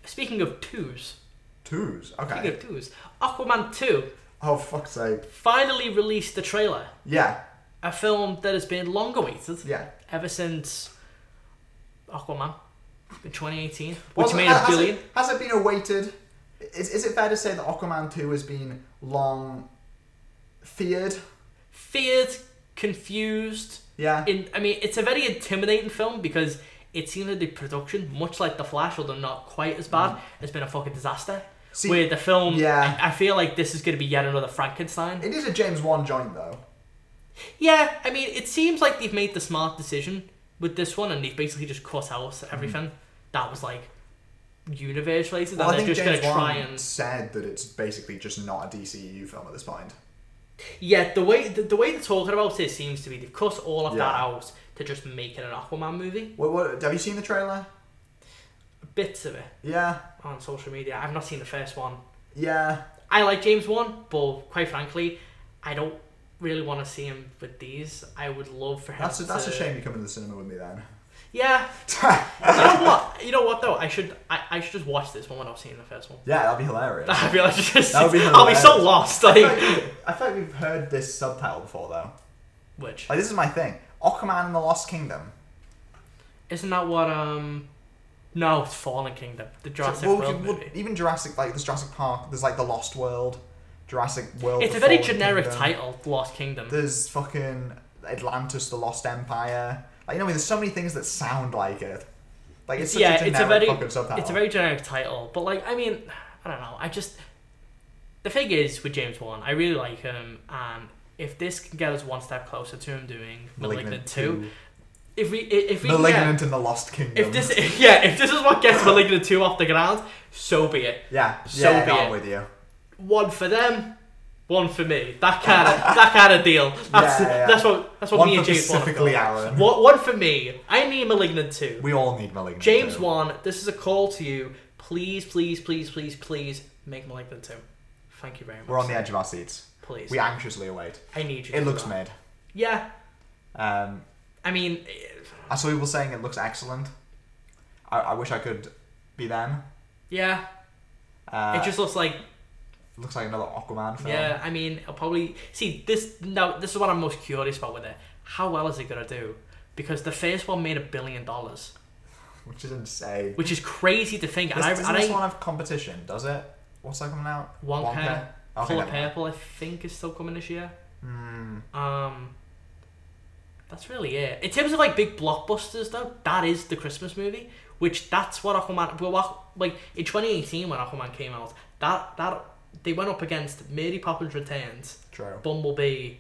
S2: speaking of twos,
S1: Twos.
S2: Speaking
S1: Okay.
S2: of twos, Aquaman 2
S1: Oh fuck's sake.
S2: finally released the trailer.
S1: Yeah.
S2: A film that has been long awaited
S1: Yeah.
S2: ever since Aquaman in 2018, which
S1: Wasn't-
S2: made
S1: has
S2: a
S1: it-
S2: billion.
S1: Has it been awaited? Is, is it fair to say that Aquaman 2 has been long feared?
S2: Feared, confused.
S1: Yeah.
S2: In, I mean, it's a very intimidating film because it seems that the production, much like The Flash, although not quite as bad, has been a fucking disaster.
S1: Mm. See,
S2: Where the film,
S1: yeah.
S2: I, I feel like this is going to be yet another Frankenstein.
S1: It is a James Wan joint, though.
S2: Yeah, I mean, it seems like they've made the smart decision with this one, and they've basically just cut out
S1: Mm.
S2: everything that was like universe related,
S1: Well, I
S2: and they're
S1: think
S2: just gonna
S1: James
S2: try
S1: Wan
S2: and
S1: said that it's basically just not a DCU film at this point.
S2: yeah. The way the, the way they're talking about it seems to be they've cut all of that
S1: Yeah.
S2: out to just make it an Aquaman movie.
S1: What, what, have you seen the trailer?
S2: Bits of it
S1: Yeah.
S2: on social media. I've not seen the first one.
S1: Yeah.
S2: I like James Wan, but quite frankly, I don't really want to see him with these. I would love for him.
S1: That's a,
S2: to,
S1: that's a shame you come into the cinema with me then. [LAUGHS]
S2: Yeah, you know what? You know what though? I should I, I should just watch this one when I've seen the first one. [LAUGHS]
S1: yeah, that'd be hilarious. I
S2: I feel like it's just,
S1: That would be
S2: I'll be so
S1: hilarious.
S2: lost.
S1: feel [LAUGHS]
S2: Like,
S1: like- I feel like we've heard this subtitle before, though.
S2: which
S1: Like, this is my thing Aquaman and the Lost Kingdom.
S2: isn't that what? Um, no, it's Fallen Kingdom, the Jurassic
S1: Well,
S2: World
S1: well,
S2: movie.
S1: even Jurassic, like there's Jurassic Park, there's like the Lost World, Jurassic World.
S2: it's
S1: The
S2: a very
S1: Fallen
S2: generic
S1: Kingdom.
S2: title, Lost Kingdom.
S1: There's fucking Atlantis, the Lost Empire. Like you know, what I mean, there's so many things that sound like it. Like it's such
S2: yeah,
S1: a generic
S2: it's a very
S1: fucking subtitle.
S2: it's a very generic title, but like I mean, I don't know. I just the thing is with James Wan, I really like him, and if this can get us one step closer to him doing Malignant, two, if we i- if we can get-
S1: Malignant and the Lost Kingdom.
S2: if this [LAUGHS] yeah if this is what gets Malignant two off the ground, so be it.
S1: yeah, yeah,
S2: so
S1: yeah,
S2: be
S1: no,
S2: it.
S1: I'm with you.
S2: one for them, one for me. That
S1: [LAUGHS]
S2: kind of that kind of deal. That's
S1: Yeah, yeah.
S2: that's what that's what
S1: One
S2: me
S1: for
S2: and James Wan. have
S1: specifically
S2: got.
S1: Aaron.
S2: One, one for me. I need Malignant too.
S1: We all need Malignant.
S2: James
S1: two.
S2: Wan, this is a call to you. Please, please, please, please, please make Malignant two. Thank you very much.
S1: We're on the edge of our seats.
S2: please.
S1: We anxiously await.
S2: I need you. to
S1: It
S2: do
S1: looks
S2: that.
S1: mid.
S2: Yeah,
S1: Um,
S2: I mean, eh,
S1: I saw people saying it looks excellent. I, I wish I could be them.
S2: yeah.
S1: Uh,
S2: it just looks like
S1: looks like another Aquaman film.
S2: yeah. I mean, I'll probably see this. Now, this is what I'm most curious about with it. How well is it gonna do? Because the first one made a billion dollars,
S1: Which is insane.
S2: which is crazy to think.
S1: This,
S2: and I,
S1: doesn't
S2: and
S1: this
S2: I-
S1: one have competition? Does it? What's that coming out?
S2: Wonka,
S1: Okay,
S2: Color
S1: never mind.
S2: Purple, I think, is still coming this year.
S1: Hmm.
S2: Um, that's really it. In terms of like big blockbusters, though, that is the Christmas movie, which that's what Aquaman. Well, Aqu- like in 2018 when Aquaman came out, that that they went up against Mary Poppins Returns,
S1: True.
S2: Bumblebee,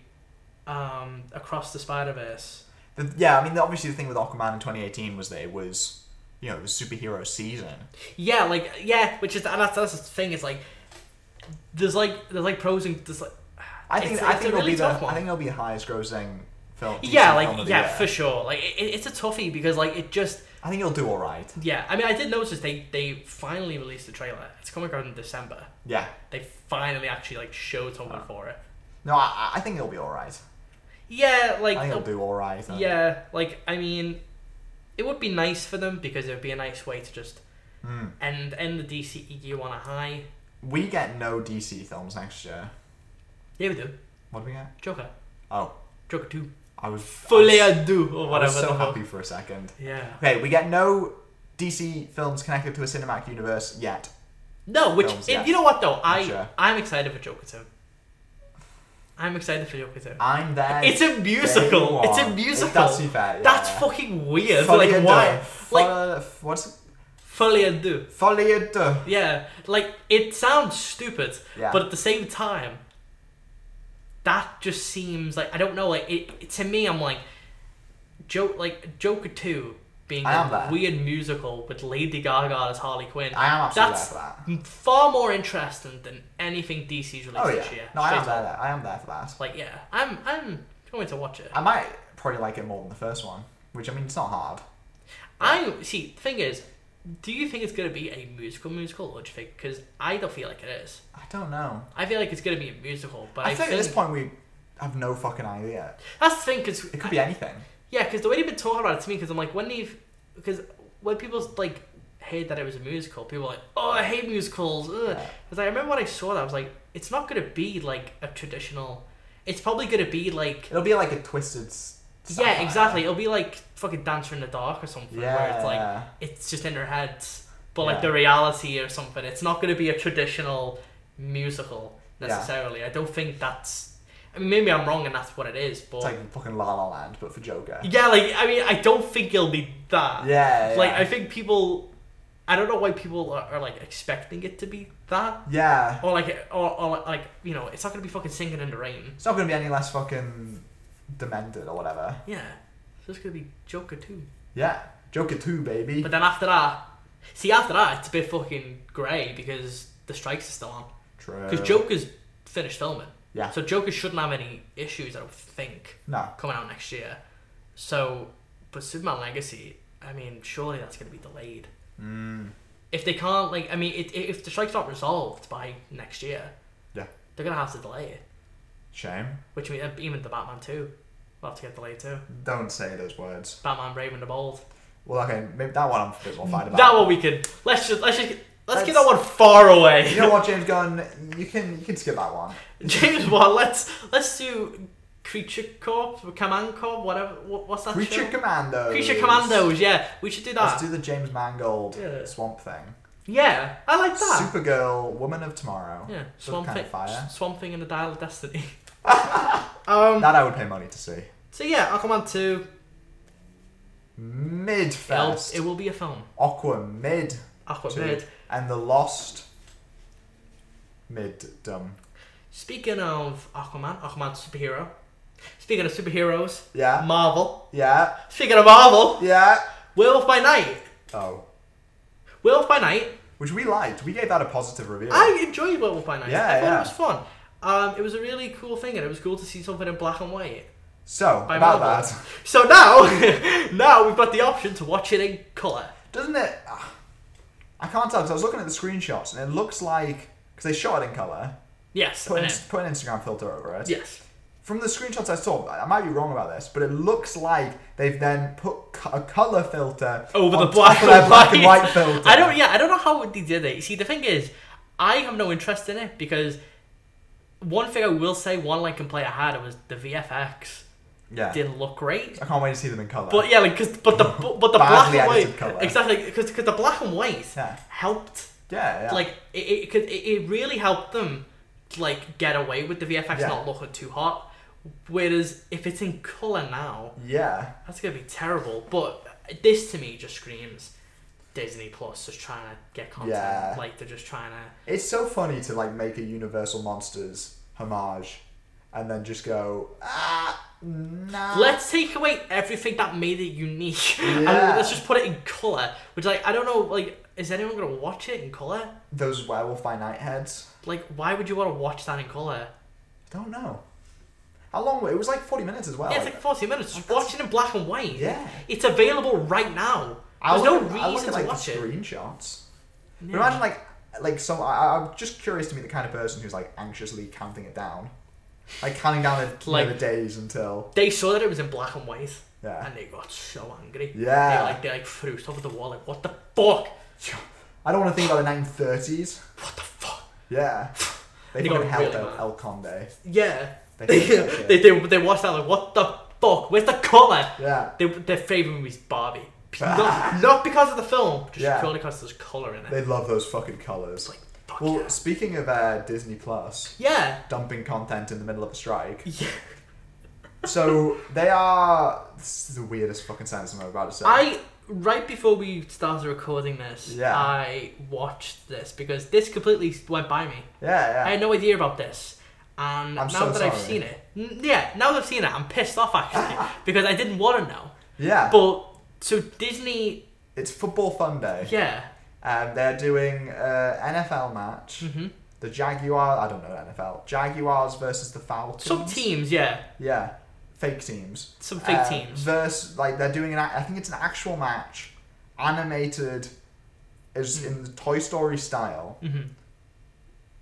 S2: um, Across the Spider Verse.
S1: The, yeah, I mean, the, obviously the thing with Aquaman in 2018 was that it was, you know, it was superhero season.
S2: Yeah, like yeah, which is and that's, that's the thing. It's like there's like there's like pros and there's like
S1: I think
S2: It's-
S1: I
S2: it's a
S1: think it'll
S2: really
S1: be the
S2: tough one.
S1: I think it'll be the highest grossing film. DC
S2: yeah,
S1: film of
S2: like
S1: the
S2: yeah,
S1: year.
S2: for sure. Like it, it's a toughie because like it just.
S1: I think it'll do all right.
S2: Yeah, I mean, I did notice they they finally released the trailer. It's coming out in December.
S1: Yeah.
S2: They finally actually like showed something for it.
S1: No, I, I think it'll be all right.
S2: Yeah, like
S1: I think it'll do all right. uh,
S2: yeah, like I mean, it would be nice for them because it would be a nice way to just
S1: Mm.
S2: end end the DCEU on a high.
S1: We get no DC films next year.
S2: Yeah, we do.
S1: What do we get?
S2: Joker,
S1: Oh,
S2: Joker two,
S1: I was
S2: fully
S1: I was,
S2: ado or
S1: I
S2: whatever.
S1: was so
S2: the fuck.
S1: happy for a second.
S2: Yeah.
S1: Okay, we get no DC films connected to a cinematic universe yet.
S2: No, which
S1: Films,
S2: it-
S1: yeah.
S2: you know what though, I
S1: Sure.
S2: I'm excited for Joker two. I'm excited for Joker two.
S1: I'm there.
S2: It's a musical.
S1: day
S2: It's a
S1: one.
S2: musical.
S1: That's too fair, yeah.
S2: That's fucking weird.
S1: Folie à
S2: like
S1: deux.
S2: why? Like
S1: Fol- what's
S2: fully ado.
S1: folie à deux.
S2: Yeah. Like it sounds stupid,
S1: Yeah.
S2: but at the same time, that just seems like I don't know. Like it, it- to me, I'm like, joke like Joker two being
S1: I am
S2: a
S1: there.
S2: weird musical with Lady Gaga as Harley Quinn.
S1: I am absolutely
S2: That's
S1: there for that.
S2: far more interesting than anything DC's released
S1: Oh
S2: this
S1: yeah.
S2: year.
S1: No, I am
S2: Straight
S1: there,
S2: up.
S1: there. I am there for that.
S2: Like yeah, I'm I'm going to watch it.
S1: I might probably like it more than the first one, which I mean it's not hard.
S2: I see. The thing is, do you think it's gonna be a musical musical, or do you think? Because I don't feel like it is.
S1: I don't know.
S2: I feel like it's gonna be a musical,
S1: I,
S2: but I,
S1: think,
S2: think
S1: at this point we have no fucking idea.
S2: that's the thing. Because
S1: It could be anything.
S2: yeah, because the way they've been talking about it to me, because I'm like, when they've, because when people like heard that it was a musical, people were like, oh, I hate musicals. Because
S1: Yeah.
S2: I remember when I saw that, I was like, it's not gonna be like a traditional. It's probably gonna be like
S1: It'll be like a twisted. s-
S2: yeah,
S1: satire.
S2: exactly. It'll be like fucking Dancer in the Dark or something, where it's like
S1: Yeah.
S2: it's just in their heads. But like
S1: Yeah.
S2: the reality or something, it's not going to be a traditional musical
S1: Yeah.
S2: necessarily. I don't think that's. I mean, maybe I'm wrong, and that's what it is. But
S1: It's like fucking La La Land, but for Joker.
S2: yeah, like I mean, I don't think it'll be that.
S1: Yeah.
S2: Like
S1: yeah.
S2: I think people, I don't know why people are, are like expecting it to be that,
S1: Yeah.
S2: or like, or, or like you know, it's not going to be fucking singing in the rain.
S1: It's not gonna be any less fucking demented or whatever.
S2: Yeah, it's just going to be Joker too.
S1: Yeah. Joker two, baby.
S2: But then after that, see, after that, it's a bit fucking grey because the strikes are still on.
S1: True.
S2: Because Joker's finished filming.
S1: Uh, Yeah.
S2: So Joker shouldn't have any issues, I don't think,
S1: No.
S2: coming out next year. So, but Superman Legacy, I mean, surely that's going to be delayed.
S1: Mm.
S2: If they can't, like, I mean, it, it- if the strike's not resolved by next year,
S1: Yeah.
S2: they're going to have to delay it.
S1: Shame.
S2: Which means even the Batman 2 will have to get delayed too.
S1: Don't say those words.
S2: Batman Brave and the Bold.
S1: Well, okay, maybe that one I'm a bit more fine about.
S2: That one we could. Let's just. Let's just. Let's, get that
S1: Let's-
S2: one far away.
S1: You know what, James Gunn? You can you can skip that one.
S2: [LAUGHS] James Wan, let's let's do Creature Corp, Command Corp, whatever. What, what's that?
S1: Creature
S2: show?
S1: Commandos.
S2: Creature Commandos. Yeah, we should do that.
S1: Let's do the James Mangold
S2: Yeah.
S1: Swamp Thing.
S2: yeah, I like that.
S1: Supergirl, Woman of Tomorrow.
S2: yeah, Swamp
S1: kind
S2: Thing,
S1: of fire.
S2: Swamp Thing, and the Dial
S1: [LAUGHS]
S2: of Destiny. um.
S1: That I would pay money to see.
S2: So yeah, Aquaman two.
S1: Mid
S2: It'll,
S1: Fest.
S2: it will be a film.
S1: Aqua Mid.
S2: Aquaman.
S1: Two. And The Lost. Mid Dumb.
S2: Speaking of Aquaman, Aquaman superhero. Speaking of superheroes,
S1: Yeah.
S2: Marvel.
S1: Yeah.
S2: Speaking of Marvel,
S1: Yeah.
S2: Werewolf by Night.
S1: Oh.
S2: Werewolf by Night
S1: Which we liked. We gave that a positive review.
S2: I enjoyed Werewolf by Night.
S1: Yeah,
S2: I thought
S1: yeah.
S2: it was fun. Um, it was a really cool thing, and it was cool to see something in black and white.
S1: so,
S2: By
S1: about
S2: Marvel.
S1: that.
S2: So now, [LAUGHS] now we've got the option to watch it in color.
S1: Doesn't it? ah, I can't tell because I was looking at the screenshots and it looks like because they shot it in color,
S2: Yes.
S1: Put,
S2: I
S1: an-
S2: know.
S1: put an Instagram filter over it.
S2: Yes.
S1: From the screenshots I saw, I I might be wrong about this, but it looks like they've then put co- a color filter
S2: Over
S1: on
S2: the
S1: top
S2: black,
S1: of their
S2: [LAUGHS] and
S1: black and [LAUGHS] white filter.
S2: I don't. Yeah, I don't know how they did it. You see, the thing is, I have no interest in it because one thing I will say, one like complaint I had was the VFX
S1: Yeah.
S2: didn't look great.
S1: I can't wait to see them in color.
S2: But yeah, like 'cause- but the but the black
S1: Badly
S2: and
S1: edited
S2: white
S1: colour.
S2: exactly because the black and white
S1: Yeah.
S2: helped
S1: yeah, yeah.
S2: like it, it could it, it really helped them like get away with the VFX
S1: Yeah.
S2: not looking too hot. Whereas if it's in color now,
S1: yeah.
S2: that's gonna be terrible. But this to me just screams Disney Plus just trying to get content.
S1: Yeah.
S2: Like they're just trying to
S1: It's so funny to like make a Universal Monsters homage and then just go, ah, nah.
S2: Let's take away everything that made it unique, [LAUGHS] and
S1: Yeah.
S2: let's just put it in color. Which, like, I don't know, like, is anyone gonna watch it in color?
S1: Those werewolf by night heads.
S2: Like, why would you want to watch that in color?
S1: I don't know. How long? It was like 40 minutes as well.
S2: yeah, it's like forty minutes. Just watch it in black and white.
S1: Oh, Yeah.
S2: It's available right now.
S1: I
S2: There's
S1: look
S2: no
S1: at- I look
S2: reason
S1: at, like,
S2: to watch
S1: the
S2: it.
S1: screenshots. But
S2: Yeah.
S1: imagine like like some. I- I, I'm just curious to meet the kind of person who's like anxiously counting it down, like counting down the, you know,
S2: Like-
S1: the days until
S2: They saw that it was in black and white,
S1: yeah.
S2: and they got so angry.
S1: Yeah.
S2: They like they like threw stuff at the wall. Like, what the fuck?
S1: I don't want to think about the 1930s.
S2: What the fuck?
S1: Yeah, they
S2: They
S1: fucking
S2: got
S1: held
S2: really
S1: El,
S2: mad.
S1: El Conde.
S2: Yeah.
S1: They
S2: They
S1: hate
S2: [LAUGHS]
S1: that shit.
S2: they they, they watched that like, what the fuck? Where's the color?
S1: Yeah,
S2: They, their favorite movie
S1: [LAUGHS]
S2: is Barbie. Not, not because of the film, just
S1: Yeah.
S2: purely because there's color in it.
S1: they love those fucking colors.
S2: It's like, fuck
S1: well,
S2: yeah.
S1: speaking of uh, Disney Plus
S2: Yeah.
S1: dumping content in the middle of a strike,
S2: Yeah.
S1: so they are. This is the weirdest fucking sentence I'm about to say.
S2: I right before we started recording this,
S1: Yeah.
S2: I watched this because this completely went by me.
S1: yeah,
S2: I
S1: yeah.
S2: had no idea about this, and
S1: I'm
S2: now
S1: so
S2: that I've
S1: sorry.
S2: seen it, n- yeah, now that I've seen it, I'm pissed off
S1: [LAUGHS]
S2: actually because I didn't want to know.
S1: yeah.
S2: But so Disney,
S1: it's Football Fun Day.
S2: yeah,
S1: Um, they're doing uh, NFL match.
S2: Mhm.
S1: The Jaguar, I don't know NFL. Jaguars versus the Falcons.
S2: some teams, yeah,
S1: Yeah, fake teams.
S2: some fake
S1: Uh,
S2: teams.
S1: Versus, like they're doing an. a- I think it's an actual match, animated, as
S2: Hmm.
S1: in the Toy Story style,
S2: Mhm.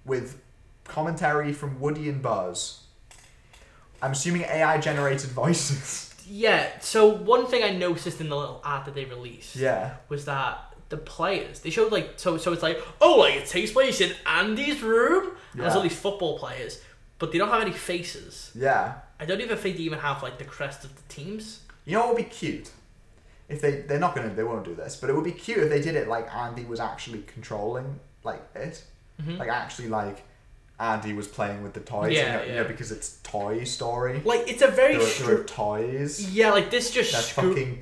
S1: with commentary from Woody and Buzz. I'm assuming AI generated voices. [LAUGHS]
S2: Yeah. So one thing I noticed in the little ad that they released
S1: yeah.
S2: was that the players they showed like so so it's like oh like it takes place in Andy's room and there's
S1: Yeah.
S2: all these football players, but they don't have any faces.
S1: Yeah.
S2: I don't even think they even have like the crest of the teams.
S1: You know what would be cute? If they they're not gonna they won't do this, but it would be cute if they did it like Andy was actually controlling like it, like actually like Andy was playing with the toys.
S2: Mm-hmm. Yeah,
S1: you know, you
S2: yeah.
S1: know, because it's Toy Story.
S2: Like it's a very
S1: There are, there
S2: str-
S1: are toys.
S2: yeah like this just
S1: They're
S2: scr-
S1: fucking
S2: [LAUGHS]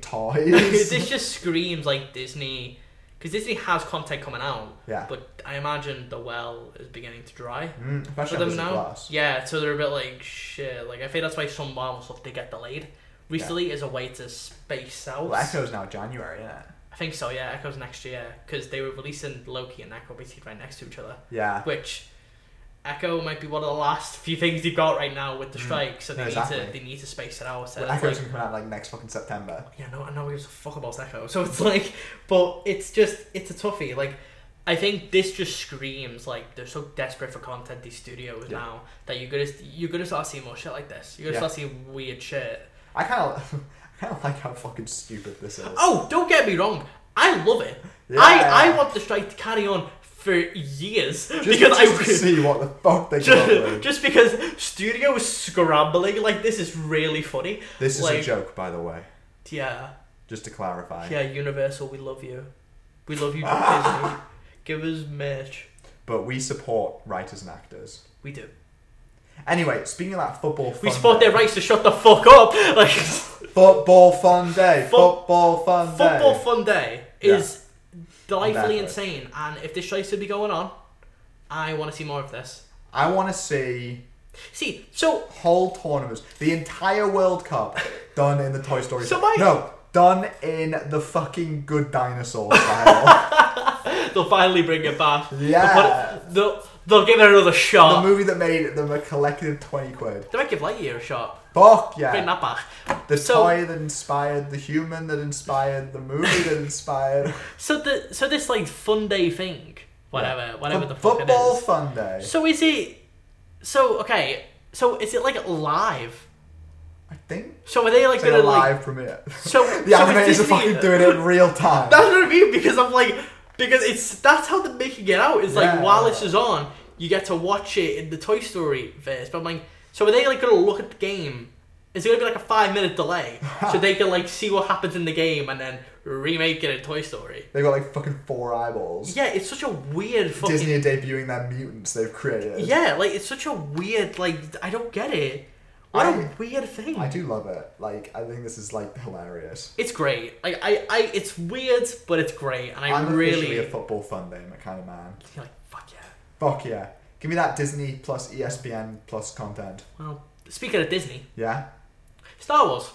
S2: this
S1: toys.
S2: just screams like Disney because Disney has content coming out.
S1: Yeah.
S2: But I imagine the well is beginning to dry.
S1: [LAUGHS] mm,
S2: for
S1: especially on
S2: them
S1: Disney
S2: now.
S1: Plus.
S2: Yeah, so they're a bit like shit. Like I think that's why some Marvel stuff did get delayed recently as a way to space out.
S1: Well, Echo's now January, isn't it?
S2: I think so. Yeah, Echoes next year because they were releasing Loki and Echo basically right next to each other,
S1: Yeah.
S2: which. Echo might be one of the last few things they've got right now with the strike, so they
S1: No,
S2: need to
S1: Mm. exactly.
S2: they need to space it out. So
S1: Well,
S2: it's
S1: Echo's
S2: uh, like-
S1: gonna come out like next fucking September.
S2: yeah, no, no one gives a fuck about Echo. [LAUGHS] So it's like, but it's just, it's a toughie. Like, I think this just screams like they're so desperate for content. These studios
S1: Yeah.
S2: now that you're gonna you're gonna start seeing more shit like this. You're gonna
S1: Yeah.
S2: start seeing weird shit.
S1: I kind of [LAUGHS] I kind of like how fucking stupid this is.
S2: Oh, don't get me wrong, I love it.
S1: Yeah.
S2: I I want the strike to carry on for years
S1: just,
S2: [LAUGHS] because
S1: just to
S2: I.
S1: see what the fuck
S2: [LAUGHS]
S1: they come up
S2: Just,
S1: with.
S2: just because studio is scrambling, like this is really funny.
S1: This is
S2: like,
S1: a joke, by the way.
S2: Yeah.
S1: Just to clarify.
S2: Yeah, Universal, we love you. We
S1: [LAUGHS]
S2: love you, Disney. Give us merch.
S1: But we support writers and actors.
S2: We do.
S1: Anyway, speaking of that football fun
S2: We support
S1: day,
S2: their rights to shut the fuck up. [LAUGHS] Like,
S1: Football fun day.
S2: Fo-
S1: football fun
S2: football
S1: day.
S2: fun day
S1: Yeah.
S2: is delightfully
S1: I'm down for
S2: insane, and if this show should be going on, I want to see more of this.
S1: I want to see
S2: See,
S1: [LAUGHS]
S2: so
S1: whole tournaments, the entire World Cup done in the Toy Story.
S2: So
S1: style.
S2: my-
S1: no, done in the fucking good dinosaur
S2: [LAUGHS]
S1: style.
S2: they'll finally bring it back.
S1: [LAUGHS] Yeah.
S2: They'll, put- they'll, they'll give it another
S1: the
S2: shot.
S1: movie that made them a collective twenty quid.
S2: they might give Lightyear a shot.
S1: Fuck
S2: Bring
S1: yeah!
S2: that back.
S1: The
S2: so-
S1: toy that inspired the human that inspired the movie that
S2: [LAUGHS]
S1: inspired
S2: So the so this like fun day thing, whatever, whatever the fuck it
S1: football
S2: is.
S1: fun day.
S2: So is it So okay, so is it like live?
S1: I think
S2: So are they like
S1: it's like a
S2: gonna
S1: live
S2: like? [LAUGHS]
S1: premiere. [LAUGHS]
S2: So
S1: the
S2: so is
S1: animators are
S2: Disney-
S1: fucking doing it in real time.
S2: That's what I mean because I'm like because it's that's how they're making it out. It's
S1: Yeah.
S2: like while this is on, you get to watch it in the Toy Story verse. But I'm like, so are they like gonna look at the game? Is it gonna be like a five minute
S1: [LAUGHS]
S2: delay so they can like see what happens in the game and then remake it in Toy Story?
S1: They've got like fucking four eyeballs.
S2: Yeah, it's such a weird fucking
S1: Disney are debuting their mutants they've created.
S2: yeah. Like it's such a weird like I don't get it. What a
S1: I-
S2: weird thing.
S1: I do love it. Like, I think this is like hilarious.
S2: It's great. Like I, I, it's weird, but it's great, and I
S1: I'm
S2: really
S1: officially a football fun name kind of man.
S2: you're like fuck yeah.
S1: Fuck yeah. Give me that Disney plus E ESPN plus content.
S2: Well, speaking of Disney,
S1: Yeah?
S2: Star Wars.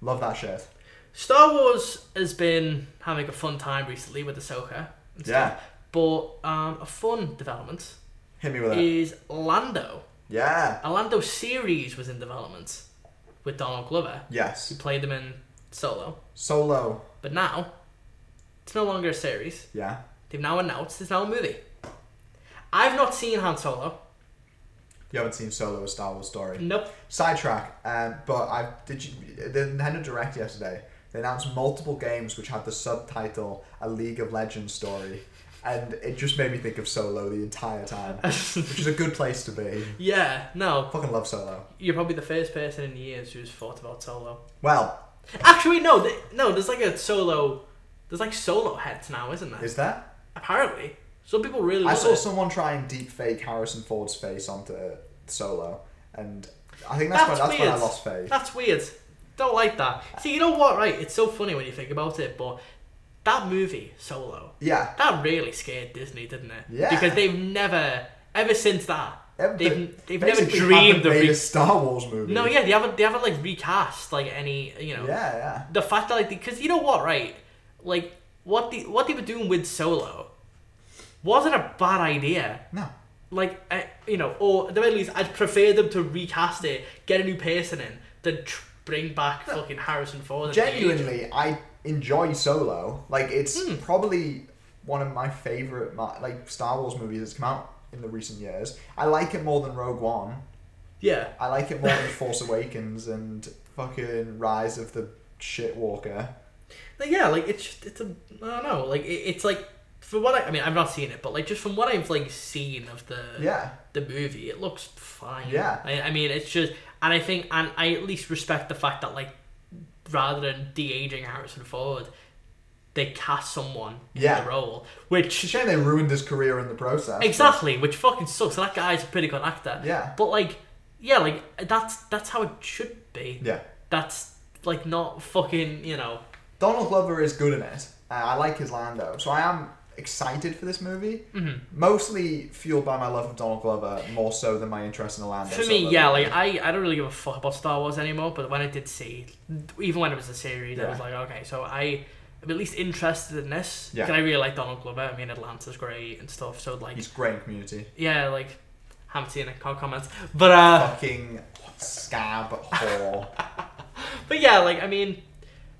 S1: Love that shit.
S2: Star Wars has been having a fun time recently with Ahsoka. and
S1: Yeah.
S2: stuff, But um, a fun development
S1: Hit me with it.
S2: is Lando.
S1: Yeah.
S2: A Lando series was in development with Donald Glover. He
S1: Yes.
S2: played them in Solo,
S1: Solo.
S2: but now it's no longer a series.
S1: Yeah.
S2: They've now announced it's now a movie. I've not seen Han Solo.
S1: You haven't seen Solo, a Star Wars story.
S2: Nope.
S1: Sidetrack, um, but I did you the Nintendo Direct yesterday. They announced multiple games which had the subtitle "A League of Legends Story," and it just made me think of Solo the entire time, which is a good place to be.
S2: Yeah, no.
S1: I fucking love Solo.
S2: You're probably the first person in years who's thought about solo.
S1: Well,
S2: Actually, no, th- no. There's like a solo. There's like solo heads now, isn't there?
S1: is that?
S2: Apparently, some people really.
S1: I
S2: love
S1: saw
S2: it.
S1: someone try and deep fake Harrison Ford's face onto Solo, and I think that's, when,
S2: That's,
S1: that's
S2: weird.
S1: when I lost faith.
S2: That's weird. Don't like that. See, you know what? Right, it's so funny when you think about it, but that movie Solo,
S1: Yeah,
S2: that really scared Disney, didn't it?
S1: Yeah.
S2: Because they've never, ever since that,
S1: Ev-
S2: they've they've never
S1: basically
S2: dreamed
S1: haven't
S2: of.
S1: made a
S2: Re-
S1: Star Wars movie.
S2: no, yeah, they haven't. They haven't like recast like any. You know.
S1: yeah, yeah.
S2: the fact that like because you know what right like what the what they were doing with solo wasn't a bad idea
S1: No,
S2: like I, you know or at the very least i'd prefer them to recast it get a new person in than tr- bring back fucking harrison ford and Age.
S1: genuinely i enjoy solo like it's
S2: Hmm.
S1: probably one of my favorite ma- like star wars movies that's come out in the recent years i like it more than rogue one
S2: yeah
S1: i like it more
S2: [LAUGHS]
S1: than force awakens and fucking rise of the shit walker
S2: Like, yeah like it's just it's a i don't know like it, it's like for what I, I mean i've not seen it but like just from what i've like seen of the
S1: yeah
S2: the movie. It looks fine.
S1: Yeah.
S2: I, I mean, it's just, and I think, and I at least respect the fact that like, rather than de aging Harrison Ford, they cast someone in
S1: Yeah.
S2: the role,
S1: it's a
S2: which
S1: shame they ruined his career in the process but-
S2: [LAUGHS] exactly, which fucking sucks. That guy's a pretty good actor.
S1: Yeah.
S2: But like, yeah, like that's that's how it should be.
S1: yeah
S2: That's like not fucking you know.
S1: donald glover is good in it uh, i like his lando so i am excited for this movie
S2: mm-hmm.
S1: mostly fueled by my love of donald glover more so than my interest in the lando
S2: For me,
S1: Solo
S2: yeah,
S1: movie.
S2: like I, I don't really give a fuck about Star Wars anymore. But when I did see, even when it was a series, I was
S1: Yeah.
S2: like, okay, so I am at least interested in this.
S1: Yeah.
S2: And I really like Donald Glover. I mean, Atlanta's great and stuff. So like,
S1: he's great in community
S2: yeah, like haven't seen it. Can't comment. But uh,
S1: fucking scab whore.
S2: but yeah, like I mean,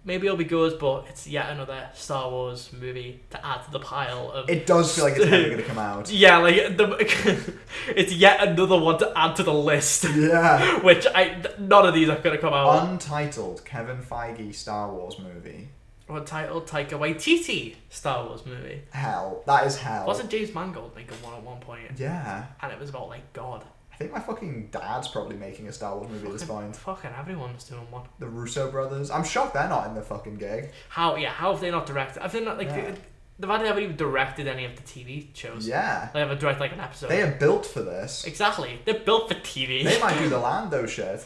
S2: maybe it'll be good, but it's yet another Star Wars movie to add to the pile of.
S1: It does feel like it's never gonna come out.
S2: yeah, like the, [LAUGHS] it's yet another one to add to the list, [LAUGHS]
S1: Yeah.
S2: which I none of these are gonna come out.
S1: Untitled Kevin Feige Star Wars movie.
S2: What title? Taika Waititi Star Wars movie.
S1: Hell, that is hell.
S2: Wasn't James Mangold making one at one point?
S1: Yeah.
S2: And it was about like God.
S1: I think my fucking dad's probably making a Star Wars movie at this point.
S2: Fucking everyone's doing one.
S1: The Russo brothers. I'm shocked they're not in the fucking gig.
S2: How? Yeah. How have they not directed? Have they not like?
S1: Yeah.
S2: The, the fact they haven't even directed any of the TV shows.
S1: Yeah.
S2: They haven't directed like an episode.
S1: They are built for this.
S2: exactly. They're built for TV.
S1: They might do the Lando shit.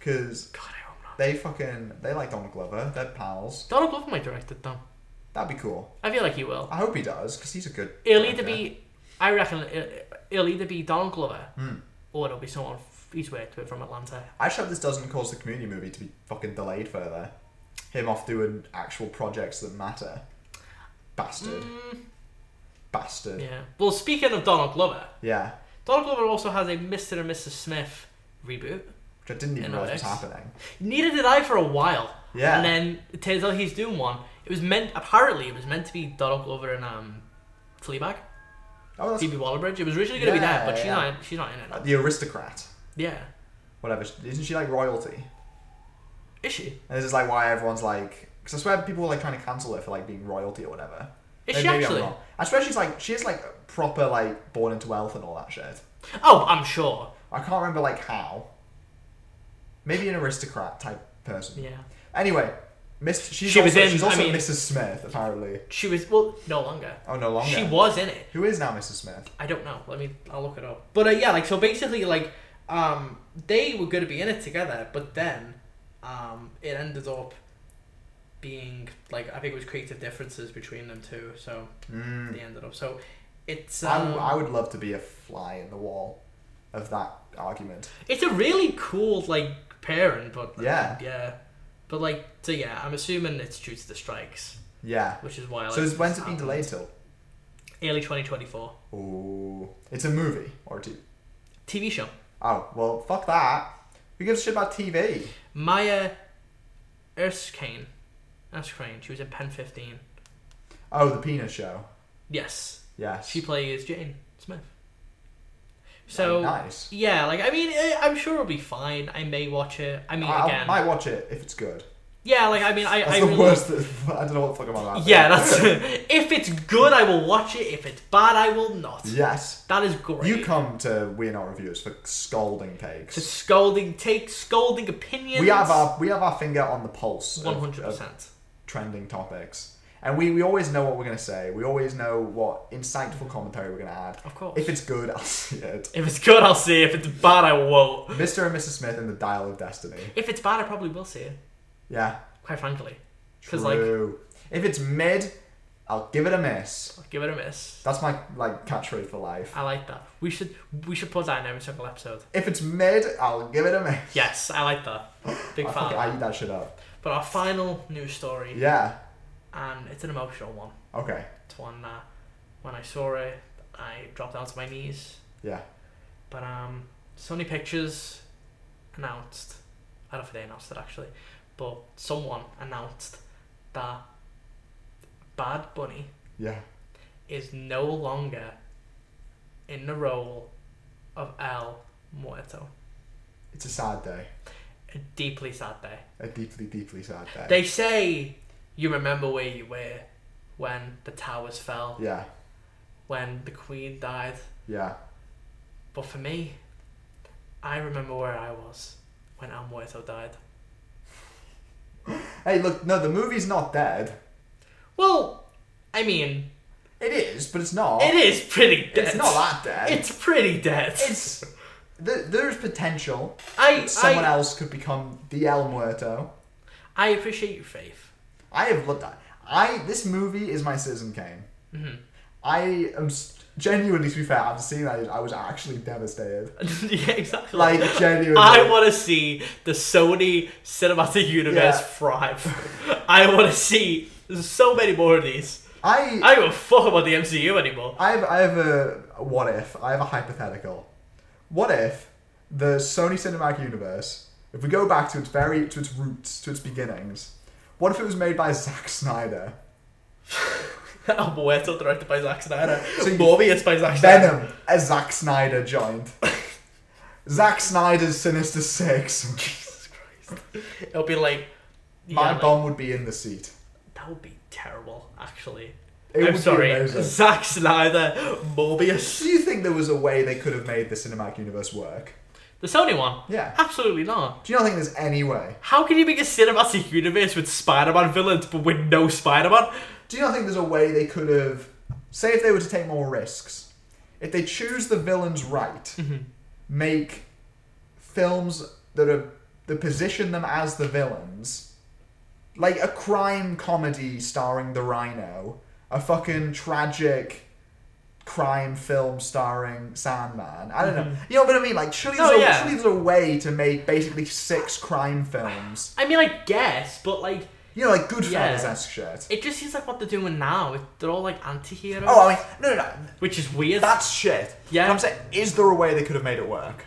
S1: Cause
S2: God, I hope not.
S1: they fucking they like Donald Glover. They're pals.
S2: Donald Glover might direct it though.
S1: That'd be cool.
S2: I feel like he will.
S1: I hope he does, cause he's a good.
S2: It'll either
S1: director.
S2: be, I reckon, it- it'll either be Donald Glover
S1: Hmm.
S2: or it'll be someone f- he's worked with from Atlanta.
S1: I just hope this doesn't cause the community movie to be fucking delayed further. Him off doing actual projects that matter. Bastard. Bastard. Yeah.
S2: Mm. Yeah. Well, speaking of Donald Glover, Donald Glover also has a Mr. and Mrs. Smith reboot.
S1: Which I didn't even
S2: In
S1: realise was
S2: Alex.
S1: happening.
S2: Neither did I for a while.
S1: Yeah.
S2: And then it turns out he's doing one. It was meant apparently it was meant to be Donald Glover and um Fleabag.
S1: Oh, that's
S2: Phoebe Waller-Bridge. It was originally gonna be
S1: Yeah,
S2: that, but she's
S1: yeah.
S2: not. She's not in it. Now.
S1: the aristocrat.
S2: Yeah,
S1: Whatever. Isn't she like royalty?
S2: is she?
S1: And this is like why everyone's like, because I swear people were like trying to cancel her for like being royalty or whatever.
S2: Is
S1: Maybe
S2: she
S1: I'm
S2: actually?
S1: wrong. I swear she's like she is like proper like born into wealth and all that shit.
S2: Oh, I'm sure.
S1: I can't remember like how. Maybe an aristocrat type person.
S2: Yeah,
S1: Anyway, Miss she's
S2: She
S1: also,
S2: was in-
S1: she's
S2: I
S1: also
S2: mean-
S1: Mrs. Smith apparently.
S2: she was. Well, no longer.
S1: Oh, no longer.
S2: She was in it.
S1: Who is now Mrs. Smith?
S2: I don't know. Let me. I'll look it up. But uh, yeah, like so basically, like um, they were gonna be in it together, but then um, it ended up being like I think it was creative differences between them two, so
S1: Mm.
S2: they ended up. So it's
S1: I,
S2: um,
S1: I would love to be a fly in the wall of that argument.
S2: it's a really cool like pairing, but like,
S1: Yeah.
S2: yeah, but like so yeah, I'm assuming it's due to the strikes,
S1: Yeah.
S2: which is why. Like,
S1: So is, when's
S2: this
S1: it been
S2: happened.
S1: delayed till?
S2: Early 2024
S1: Ooh, it's a movie or two.
S2: TV show.
S1: Oh well, fuck that. Who gives a shit about TV?
S2: Maya Erskine. Erskine. She was in Pen 15.
S1: Oh, the penis show.
S2: Yes.
S1: Yes.
S2: She plays Jane Smith. So,
S1: nice.
S2: yeah, like, I mean, eh, I'm sure it'll be fine. I may watch it. I mean,
S1: I, I
S2: again.
S1: might watch it if it's good.
S2: yeah, like, I mean, I.
S1: That's
S2: I
S1: the
S2: really,
S1: worst. That, [LAUGHS] I don't know what the fuck I'm on about.
S2: Yeah, that's. [LAUGHS] if it's good, I will watch it. If it's bad, I will not.
S1: Yes.
S2: That is great.
S1: You come to We Are Not Reviewers for scolding
S2: To
S1: takes.
S2: scolding takes, scolding opinions.
S1: We have our we have our finger on the pulse of-
S2: 100%.
S1: of trending topics. And we, we always know what we're going to say. We always know what insightful commentary we're going to add.
S2: Mm-hmm. Of course.
S1: If it's good, [LAUGHS] I'll see it.
S2: if it's good, I'll see. If it's bad, I won't.
S1: Mr. and Mrs. Smith and the Dial of Destiny.
S2: If it's bad, I probably will see it.
S1: Yeah.
S2: Quite frankly. Because, like,
S1: True. if it's mid, I'll give it a miss.
S2: I'll give it a miss.
S1: That's my like catchphrase for life.
S2: I like that. We should we should put that in every single episode.
S1: If it's mid, I'll give it a miss.
S2: Yes, I like that. Big
S1: I,
S2: fan.
S1: fucking- I eat that shit up.
S2: But our final news story,
S1: Yeah.
S2: and it's an emotional one.
S1: Okay.
S2: It's one that when I saw it, I dropped down to my knees.
S1: Yeah.
S2: But um, Sony Pictures announced. I don't know if they announced it actually, but someone announced that Bad Bunny
S1: Yeah.
S2: is no longer in the role of El Muerto.
S1: It's a sad day.
S2: A deeply sad day.
S1: A deeply, deeply sad day.
S2: They say you remember where you were when the towers fell,
S1: yeah.
S2: when the queen died.
S1: Yeah.
S2: But for me, I remember where I was when El Muerto died.
S1: Hey, look. No, the movie's not dead.
S2: Well, I mean,
S1: It is, but it's not.
S2: it is pretty dead.
S1: Oh. It's not that dead.
S2: It's pretty dead.
S1: It's th- there's potential.
S2: I,
S1: Someone
S2: I,
S1: else could become the El Muerto.
S2: I appreciate your faith. [LAUGHS]
S1: I have looked at. I this movie is my Citizen Kane.
S2: Mm-hmm.
S1: I am s- genuinely, to be fair, after seeing that, I was actually devastated.
S2: yeah, exactly.
S1: Like genuinely.
S2: [LAUGHS] I want to see the Sony cinematic universe
S1: Yeah.
S2: thrive. [LAUGHS] I want to see so many more of these.
S1: I
S2: I don't give a fuck about the MCU anymore.
S1: I have, I have a what if. I have a hypothetical. What if the Sony Cinematic Universe, if we go back to its very to its roots, to its beginnings, what if it was made by Zack Snyder,
S2: [LAUGHS] El Muerto directed by Zack Snyder.
S1: So you-
S2: Morbius by Zack Snyder.
S1: Venom, a Zack Snyder
S2: [LAUGHS]
S1: joint, Zack Snyder's Sinister Six?
S2: Jesus Christ. It'll be like. Yeah,
S1: My
S2: like,
S1: bomb would be in the seat.
S2: That would be terrible, actually.
S1: It would
S2: I'm
S1: be
S2: sorry.
S1: amazing.
S2: Zack Snyder, Morbius.
S1: Do you think there was a way they could have made the Cinematic Universe work?
S2: The Sony one?
S1: Yeah.
S2: Absolutely not.
S1: Do you not think there's any way?
S2: How can you make a cinematic universe with Spider Man villains but with no Spider Man?
S1: Do you not think there's a way they could have, say, if they were to take more risks, if they choose the villains right, make films that are that position them as the villains, like a crime comedy starring the Rhino, a fucking tragic crime film starring Sandman. I don't know. You know what I mean? Like, surely
S2: No,
S1: there's, a,
S2: yeah.
S1: surely there's a way to make basically six crime films.
S2: I mean, I guess, but like,
S1: You know, like Goodfellas-esque shit.
S2: it just seems like what they're doing now. it- They're all like anti heroes.
S1: Oh, I mean, no, no, no.
S2: Which is weird.
S1: That's shit.
S2: Yeah.
S1: But I'm saying, is there a way they could have made it work?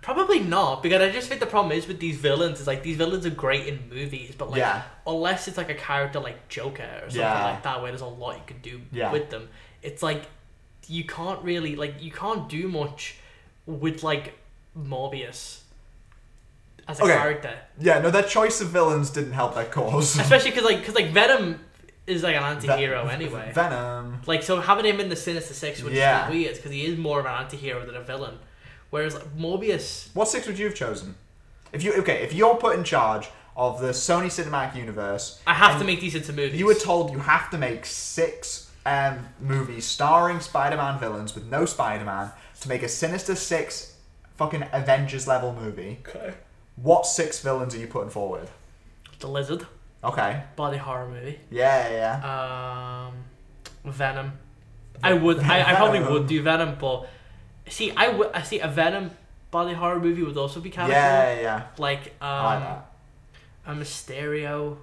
S2: Probably not, because I just think the problem is with these villains is like these villains are great in movies, but like
S1: Yeah.
S2: unless it's like a character like Joker or something
S1: Yeah.
S2: like that, where there's a lot you could do
S1: Yeah.
S2: with them, it's like you can't really like you can't do much with like Morbius as a
S1: Okay.
S2: character,
S1: Yeah, no, their choice of villains didn't help their cause.
S2: especially because like because like Venom is like an anti-hero
S1: Ve-
S2: [LAUGHS] anyway.
S1: Venom.
S2: Like so, having him in the Sinister Six would
S1: Yeah.
S2: just be weird because he is more of an anti-hero than a villain. Whereas like, Morbius,
S1: What six would you have chosen? If you okay, if you're put in charge of the Sony Cinematic Universe,
S2: I have
S1: and
S2: to make these into movies.
S1: You were told you have to make six um, movies starring Spider-Man villains with no Spider-Man to make a Sinister Six fucking Avengers level movie.
S2: okay.
S1: What six villains are you putting forward?
S2: the Lizard,
S1: Okay.
S2: body horror movie.
S1: Yeah, yeah, yeah.
S2: Um, Venom. I would. I, I probably would do Venom, but see, I would. I see a Venom body horror movie would also be kind of
S1: yeah, yeah,
S2: cool.
S1: yeah.
S2: Like um,
S1: I like that.
S2: a Mysterio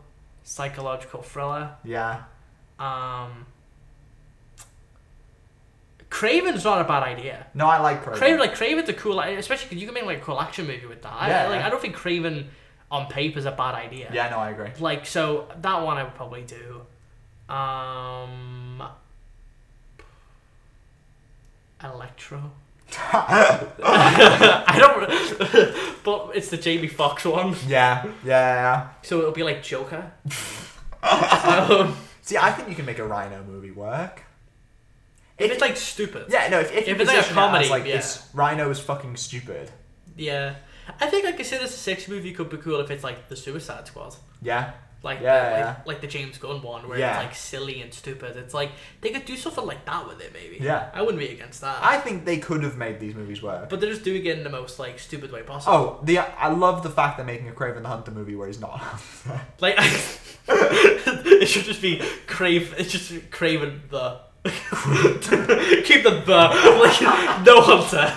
S2: psychological thriller.
S1: Yeah.
S2: Um, Craven's not a bad idea.
S1: No, I like Craven.
S2: Craven, like Craven's a cool, especially 'cause you can make like a cool action movie with that. I,
S1: Yeah,
S2: like
S1: yeah.
S2: I don't think Craven on paper is a bad idea.
S1: Yeah, no, I agree.
S2: Like so that one I would probably do. Um
S1: [LAUGHS]
S2: Electro. [LAUGHS] I don't [LAUGHS] but it's the Jamie Foxx one.
S1: Yeah, yeah, yeah.
S2: So it'll be like Joker. um,
S1: See, I think you can make a Rhino movie work.
S2: if it's like stupid.
S1: Yeah, no, if, if, you
S2: it's like a
S1: position it as,
S2: comedy,
S1: like
S2: yeah.
S1: this Rhino is fucking stupid.
S2: Yeah. I think like a Sinister Six movie could be cool if it's like the Suicide Squad.
S1: Yeah,
S2: Like,
S1: Yeah,
S2: the,
S1: yeah.
S2: like like the James Gunn one where
S1: Yeah.
S2: it's like silly and stupid. It's like they could do something like that with it maybe.
S1: Yeah.
S2: I wouldn't be against that.
S1: I think they could have made these movies work.
S2: But they're just doing it in the most like stupid way possible.
S1: Oh, the I love the fact they're making a Craven the Hunter movie where he's not. [LAUGHS]
S2: Like [LAUGHS] it should just be crave. It's just Craven the. [LAUGHS] Keep the the like no hunter.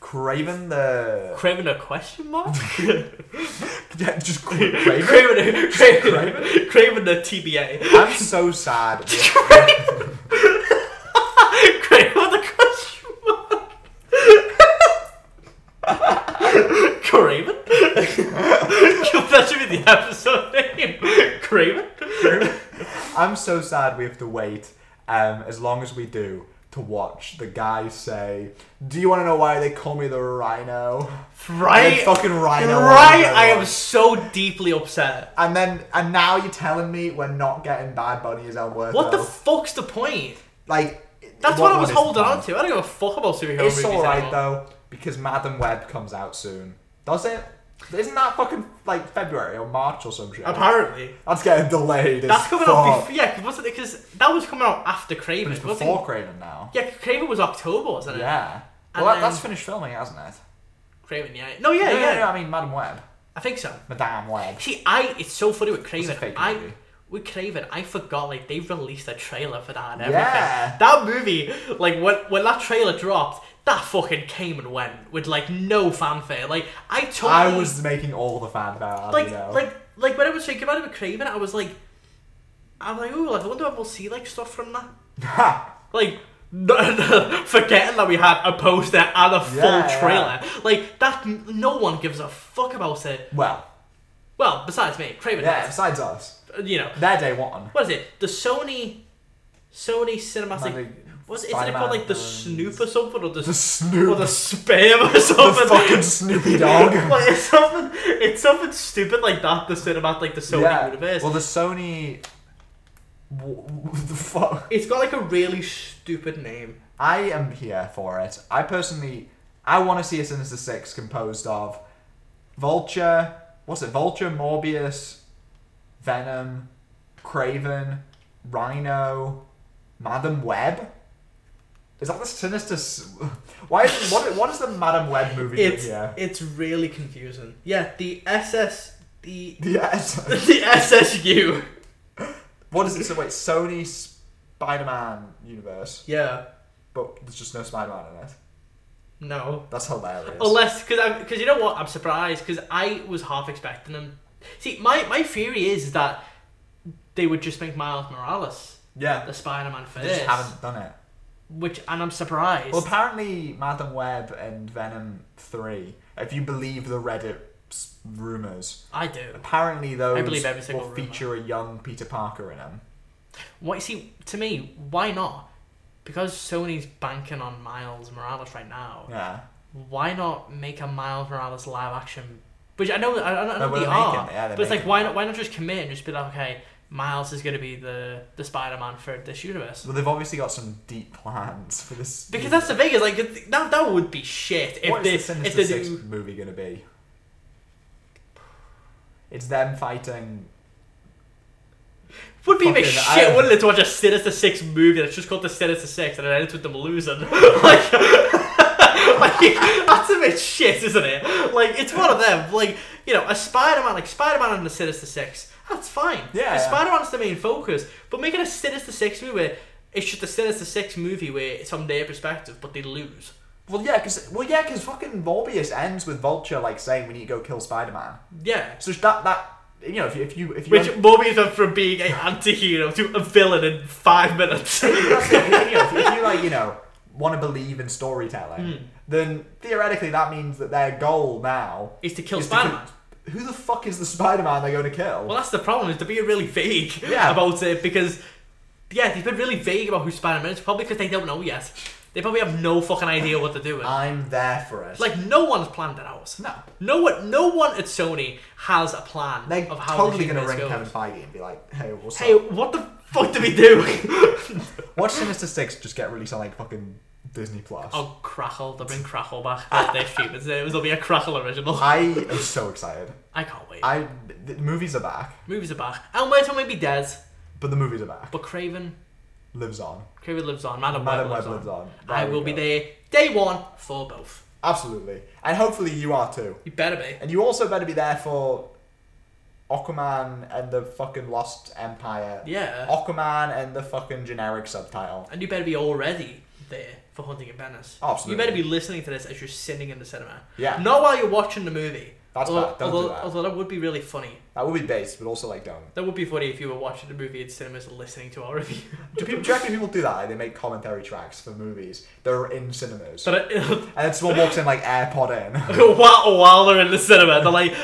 S1: Craven the [LAUGHS]
S2: Craven a question mark?
S1: yeah, just
S2: [LAUGHS]
S1: Cra- Craven.
S2: Craven a, Craven Craven the [LAUGHS] TBA.
S1: I'm so sad.
S2: Craven the question mark. Craven. that should be the episode name. Craven.
S1: I'm so sad we have to wait um, as long as we do to watch the guy say, "Do you want to know why they call me the Rhino?" And then
S2: Right.
S1: fucking Rhino.
S2: Right,
S1: on
S2: I am
S1: everyone.
S2: so deeply upset.
S1: And then and now you're telling me we're not getting Bad Bunny as El Muerto.
S2: What the fuck's the point?
S1: like?
S2: That's what, I was
S1: is the
S2: holding
S1: point?
S2: on to. I don't give a fuck about superhero
S1: It's
S2: movies
S1: alright
S2: anymore.
S1: though, because Madam Web comes out soon. Does it? Isn't that fucking like February or March or some shit?
S2: Apparently,
S1: That's getting delayed. as
S2: that's coming
S1: fuck.
S2: out. Before, yeah, because because that was coming out after Craven.
S1: It's
S2: wasn't
S1: before Craven now.
S2: it? Yeah, Craven was October, wasn't it?
S1: Yeah.
S2: And
S1: Well, that,
S2: then-
S1: that's finished filming, hasn't it?
S2: Craven, yeah. No, yeah,
S1: no,
S2: yeah.
S1: No, no, I mean Madam Web,
S2: I think so.
S1: Madame Web.
S2: See, I it's so funny with
S1: a
S2: Craven.
S1: fake
S2: I
S1: movie.
S2: with Craven, I forgot like they released a trailer for that and everything.
S1: Yeah.
S2: That movie, like when when that trailer dropped, that fucking came and went with like no fanfare. Like I totally
S1: I was making all the fan about.
S2: like
S1: you know.
S2: like like when I was thinking about it with Craven, I was like, I'm like, oh, I wonder if we'll see like stuff from that. Like. [LAUGHS] forgetting that we had a poster and a full
S1: Yeah, yeah.
S2: trailer, like that, no one gives a fuck about it.
S1: well,
S2: Well, besides me, Craven.
S1: yeah.
S2: does.
S1: Besides us,
S2: uh, you know,
S1: their day one.
S2: what is it? The Sony, Sony Cinematic.
S1: Magic
S2: was isn't it called like the
S1: Spider-Man
S2: Snoop or something or the,
S1: The
S2: or
S1: Snoop,
S2: the
S1: [LAUGHS] the,
S2: Spam or something?
S1: fucking Snoopy dog.
S2: [LAUGHS] Like, it's something, it's something stupid like that. The cinematic, like the Sony universe.
S1: Well, the Sony. W- [LAUGHS] w- the fuck?
S2: it's got like a really stupid name.
S1: I am here for it. I personally, I want to see a Sinister Six composed of Vulture. What's it? Vulture, Morbius, Venom, Craven, Rhino, Madam Web. Is that the Sinister? S- [LAUGHS] Why? Is, what? What is the Madam Web movie? doing
S2: It's
S1: here? [LAUGHS]
S2: it's really confusing. Yeah, the SS the [LAUGHS]
S1: Yes.
S2: the SSU.
S1: What is it? So wait, Sony Spider-Man universe,
S2: Yeah,
S1: but there's just no Spider-Man in it.
S2: no.
S1: That's hilarious.
S2: Unless, because because you know what, I'm surprised because I was half expecting them. See, my my theory is that they would just make Miles Morales
S1: yeah,
S2: the Spider-Man
S1: they
S2: first,
S1: just haven't done it.
S2: which and I'm surprised.
S1: Well, apparently, Madam Web and Venom Three, if you believe the Reddit s- rumors,
S2: I do.
S1: apparently those
S2: believe every single
S1: will feature a young Peter Parker in them.
S2: Why? See, to me, why not? because Sony's banking on Miles Morales right now,
S1: Yeah.
S2: why not make a Miles Morales live action? Which I know, I, I I
S1: But
S2: know
S1: we're
S2: they
S1: making
S2: are,
S1: it, yeah, they're
S2: but it's like
S1: making
S2: why not? Why not just commit and just be like, okay, Miles is going to be the the Spider Man for this universe.
S1: Well, they've obviously got some deep plans for this.
S2: Because that's the thing is like it- that that would be shit if
S1: What
S2: they
S1: is the
S2: if
S1: Sinister
S2: they
S1: Six
S2: do
S1: movie going to be? It's them fighting.
S2: would be a bit
S1: Fucking-
S2: shit
S1: I-
S2: wouldn't it to watch a Sinister Six movie that's just called the Sinister Six and it ends with them losing [LAUGHS] like, like that's a bit shit isn't it like it's one of them like you know a Spider-Man like Spider-Man and the Sinister Six that's fine
S1: Yeah, yeah.
S2: Spider-Man's the main focus but making a Sinister Six movie where it's just a Sinister Six movie where it's from their perspective but they lose
S1: Well, yeah, because well, yeah, 'cause fucking Morbius ends with Vulture like saying we need to go kill Spider Man.
S2: yeah
S1: So that that you know if you if you if you
S2: which Mobius went from being an anti-hero to a villain in five
S1: [LAUGHS]
S2: minutes [LAUGHS]
S1: That's it, you know, if, you- if you like, you know, want to believe in storytelling,
S2: Hmm.
S1: then theoretically that means that their goal now
S2: is to kill
S1: is to
S2: Spider-Man
S1: kill- who the fuck is the Spider-Man they're going to kill?
S2: Well, that's the problem is they're being really vague
S1: [LAUGHS] Yeah.
S2: about it because, yeah, they've been really vague about who Spider Man is. Probably because they don't know yet. They probably have no fucking idea what they're doing.
S1: [LAUGHS] I'm there for it.
S2: like no one's planned it out.
S1: no,
S2: No one, no one at Sony has a plan
S1: they're
S2: of how
S1: totally
S2: the
S1: going to ring
S2: goes.
S1: Kevin Feige and be like, "Hey, what's
S2: Hey,
S1: up?
S2: what the fuck do we do? [LAUGHS]
S1: Watch Sinister Six just get released on like fucking Disney Plus."
S2: oh, Crackle! They'll bring
S1: [LAUGHS]
S2: Crackle back. That's their stupid. There'll be a Crackle original.
S1: I am so excited.
S2: I can't wait.
S1: I the movies are back,
S2: Movies are back. Elmerton may be dead,
S1: but the movies are back.
S2: but Craven,
S1: Lives on.
S2: Craven lives on. Madam
S1: Madam
S2: Web lives,
S1: Web lives
S2: on.
S1: on.
S2: I
S1: There we
S2: will be
S1: go.
S2: there day one for both.
S1: Absolutely, and hopefully you are too.
S2: You better be.
S1: And you also better be there for Aquaman and the fucking Lost Empire.
S2: Yeah.
S1: Oh. Aquaman and the fucking generic subtitle.
S2: And you better be already there for Hunting in Venice.
S1: Absolutely.
S2: You better be listening to this as you're sitting in the cinema.
S1: Yeah.
S2: Not while you're watching the movie.
S1: That's
S2: although,
S1: bad. Don't do
S2: although,
S1: that.
S2: although that would be really funny.
S1: That would be based, but also like don't.
S2: That would be funny if you were watching the movie in cinemas and listening to our review. [LAUGHS]
S1: Do people do you reckon people do that? Like, they make commentary tracks for movies that are in cinemas.
S2: But it,
S1: and then someone walks in like AirPod in. [LAUGHS]
S2: [LAUGHS] while, while they're in the cinema, they're like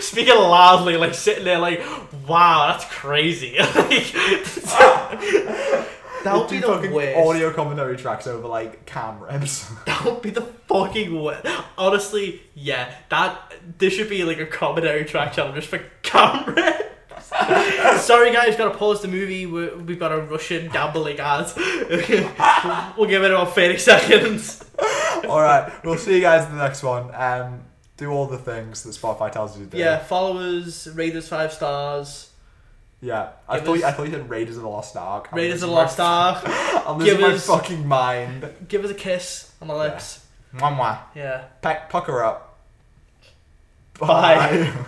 S2: [LAUGHS] speaking loudly, like sitting there, like, "Wow, that's crazy." [LAUGHS] like, [LAUGHS] that would
S1: They
S2: be
S1: do
S2: the
S1: fucking
S2: worst.
S1: Audio commentary tracks over like cam reps. [LAUGHS]
S2: That would be the fucking worst. Honestly, yeah, that this should be like a commentary track channel just for camera. [LAUGHS] Sorry, guys, gotta pause the movie. We're, we've got a Russian gambling ad. [LAUGHS] we'll give it about thirty seconds.
S1: Alright, we'll see you guys in the next one. Um, do all the things that Spotify tells you to do.
S2: Yeah, followers, Raiders five stars,
S1: Yeah. I
S2: Give
S1: thought,
S2: us-
S1: I thought you said Raiders of the Lost Ark. I'm
S2: Raiders of the
S1: losing
S2: Lost
S1: my-
S2: Ark.
S1: [LAUGHS] I'm losing
S2: Give
S1: my
S2: us-
S1: fucking mind.
S2: Give us a kiss on the lips.
S1: Mwah mwah.
S2: Yeah.
S1: Pack, pucker up. [LAUGHS]
S2: Bye.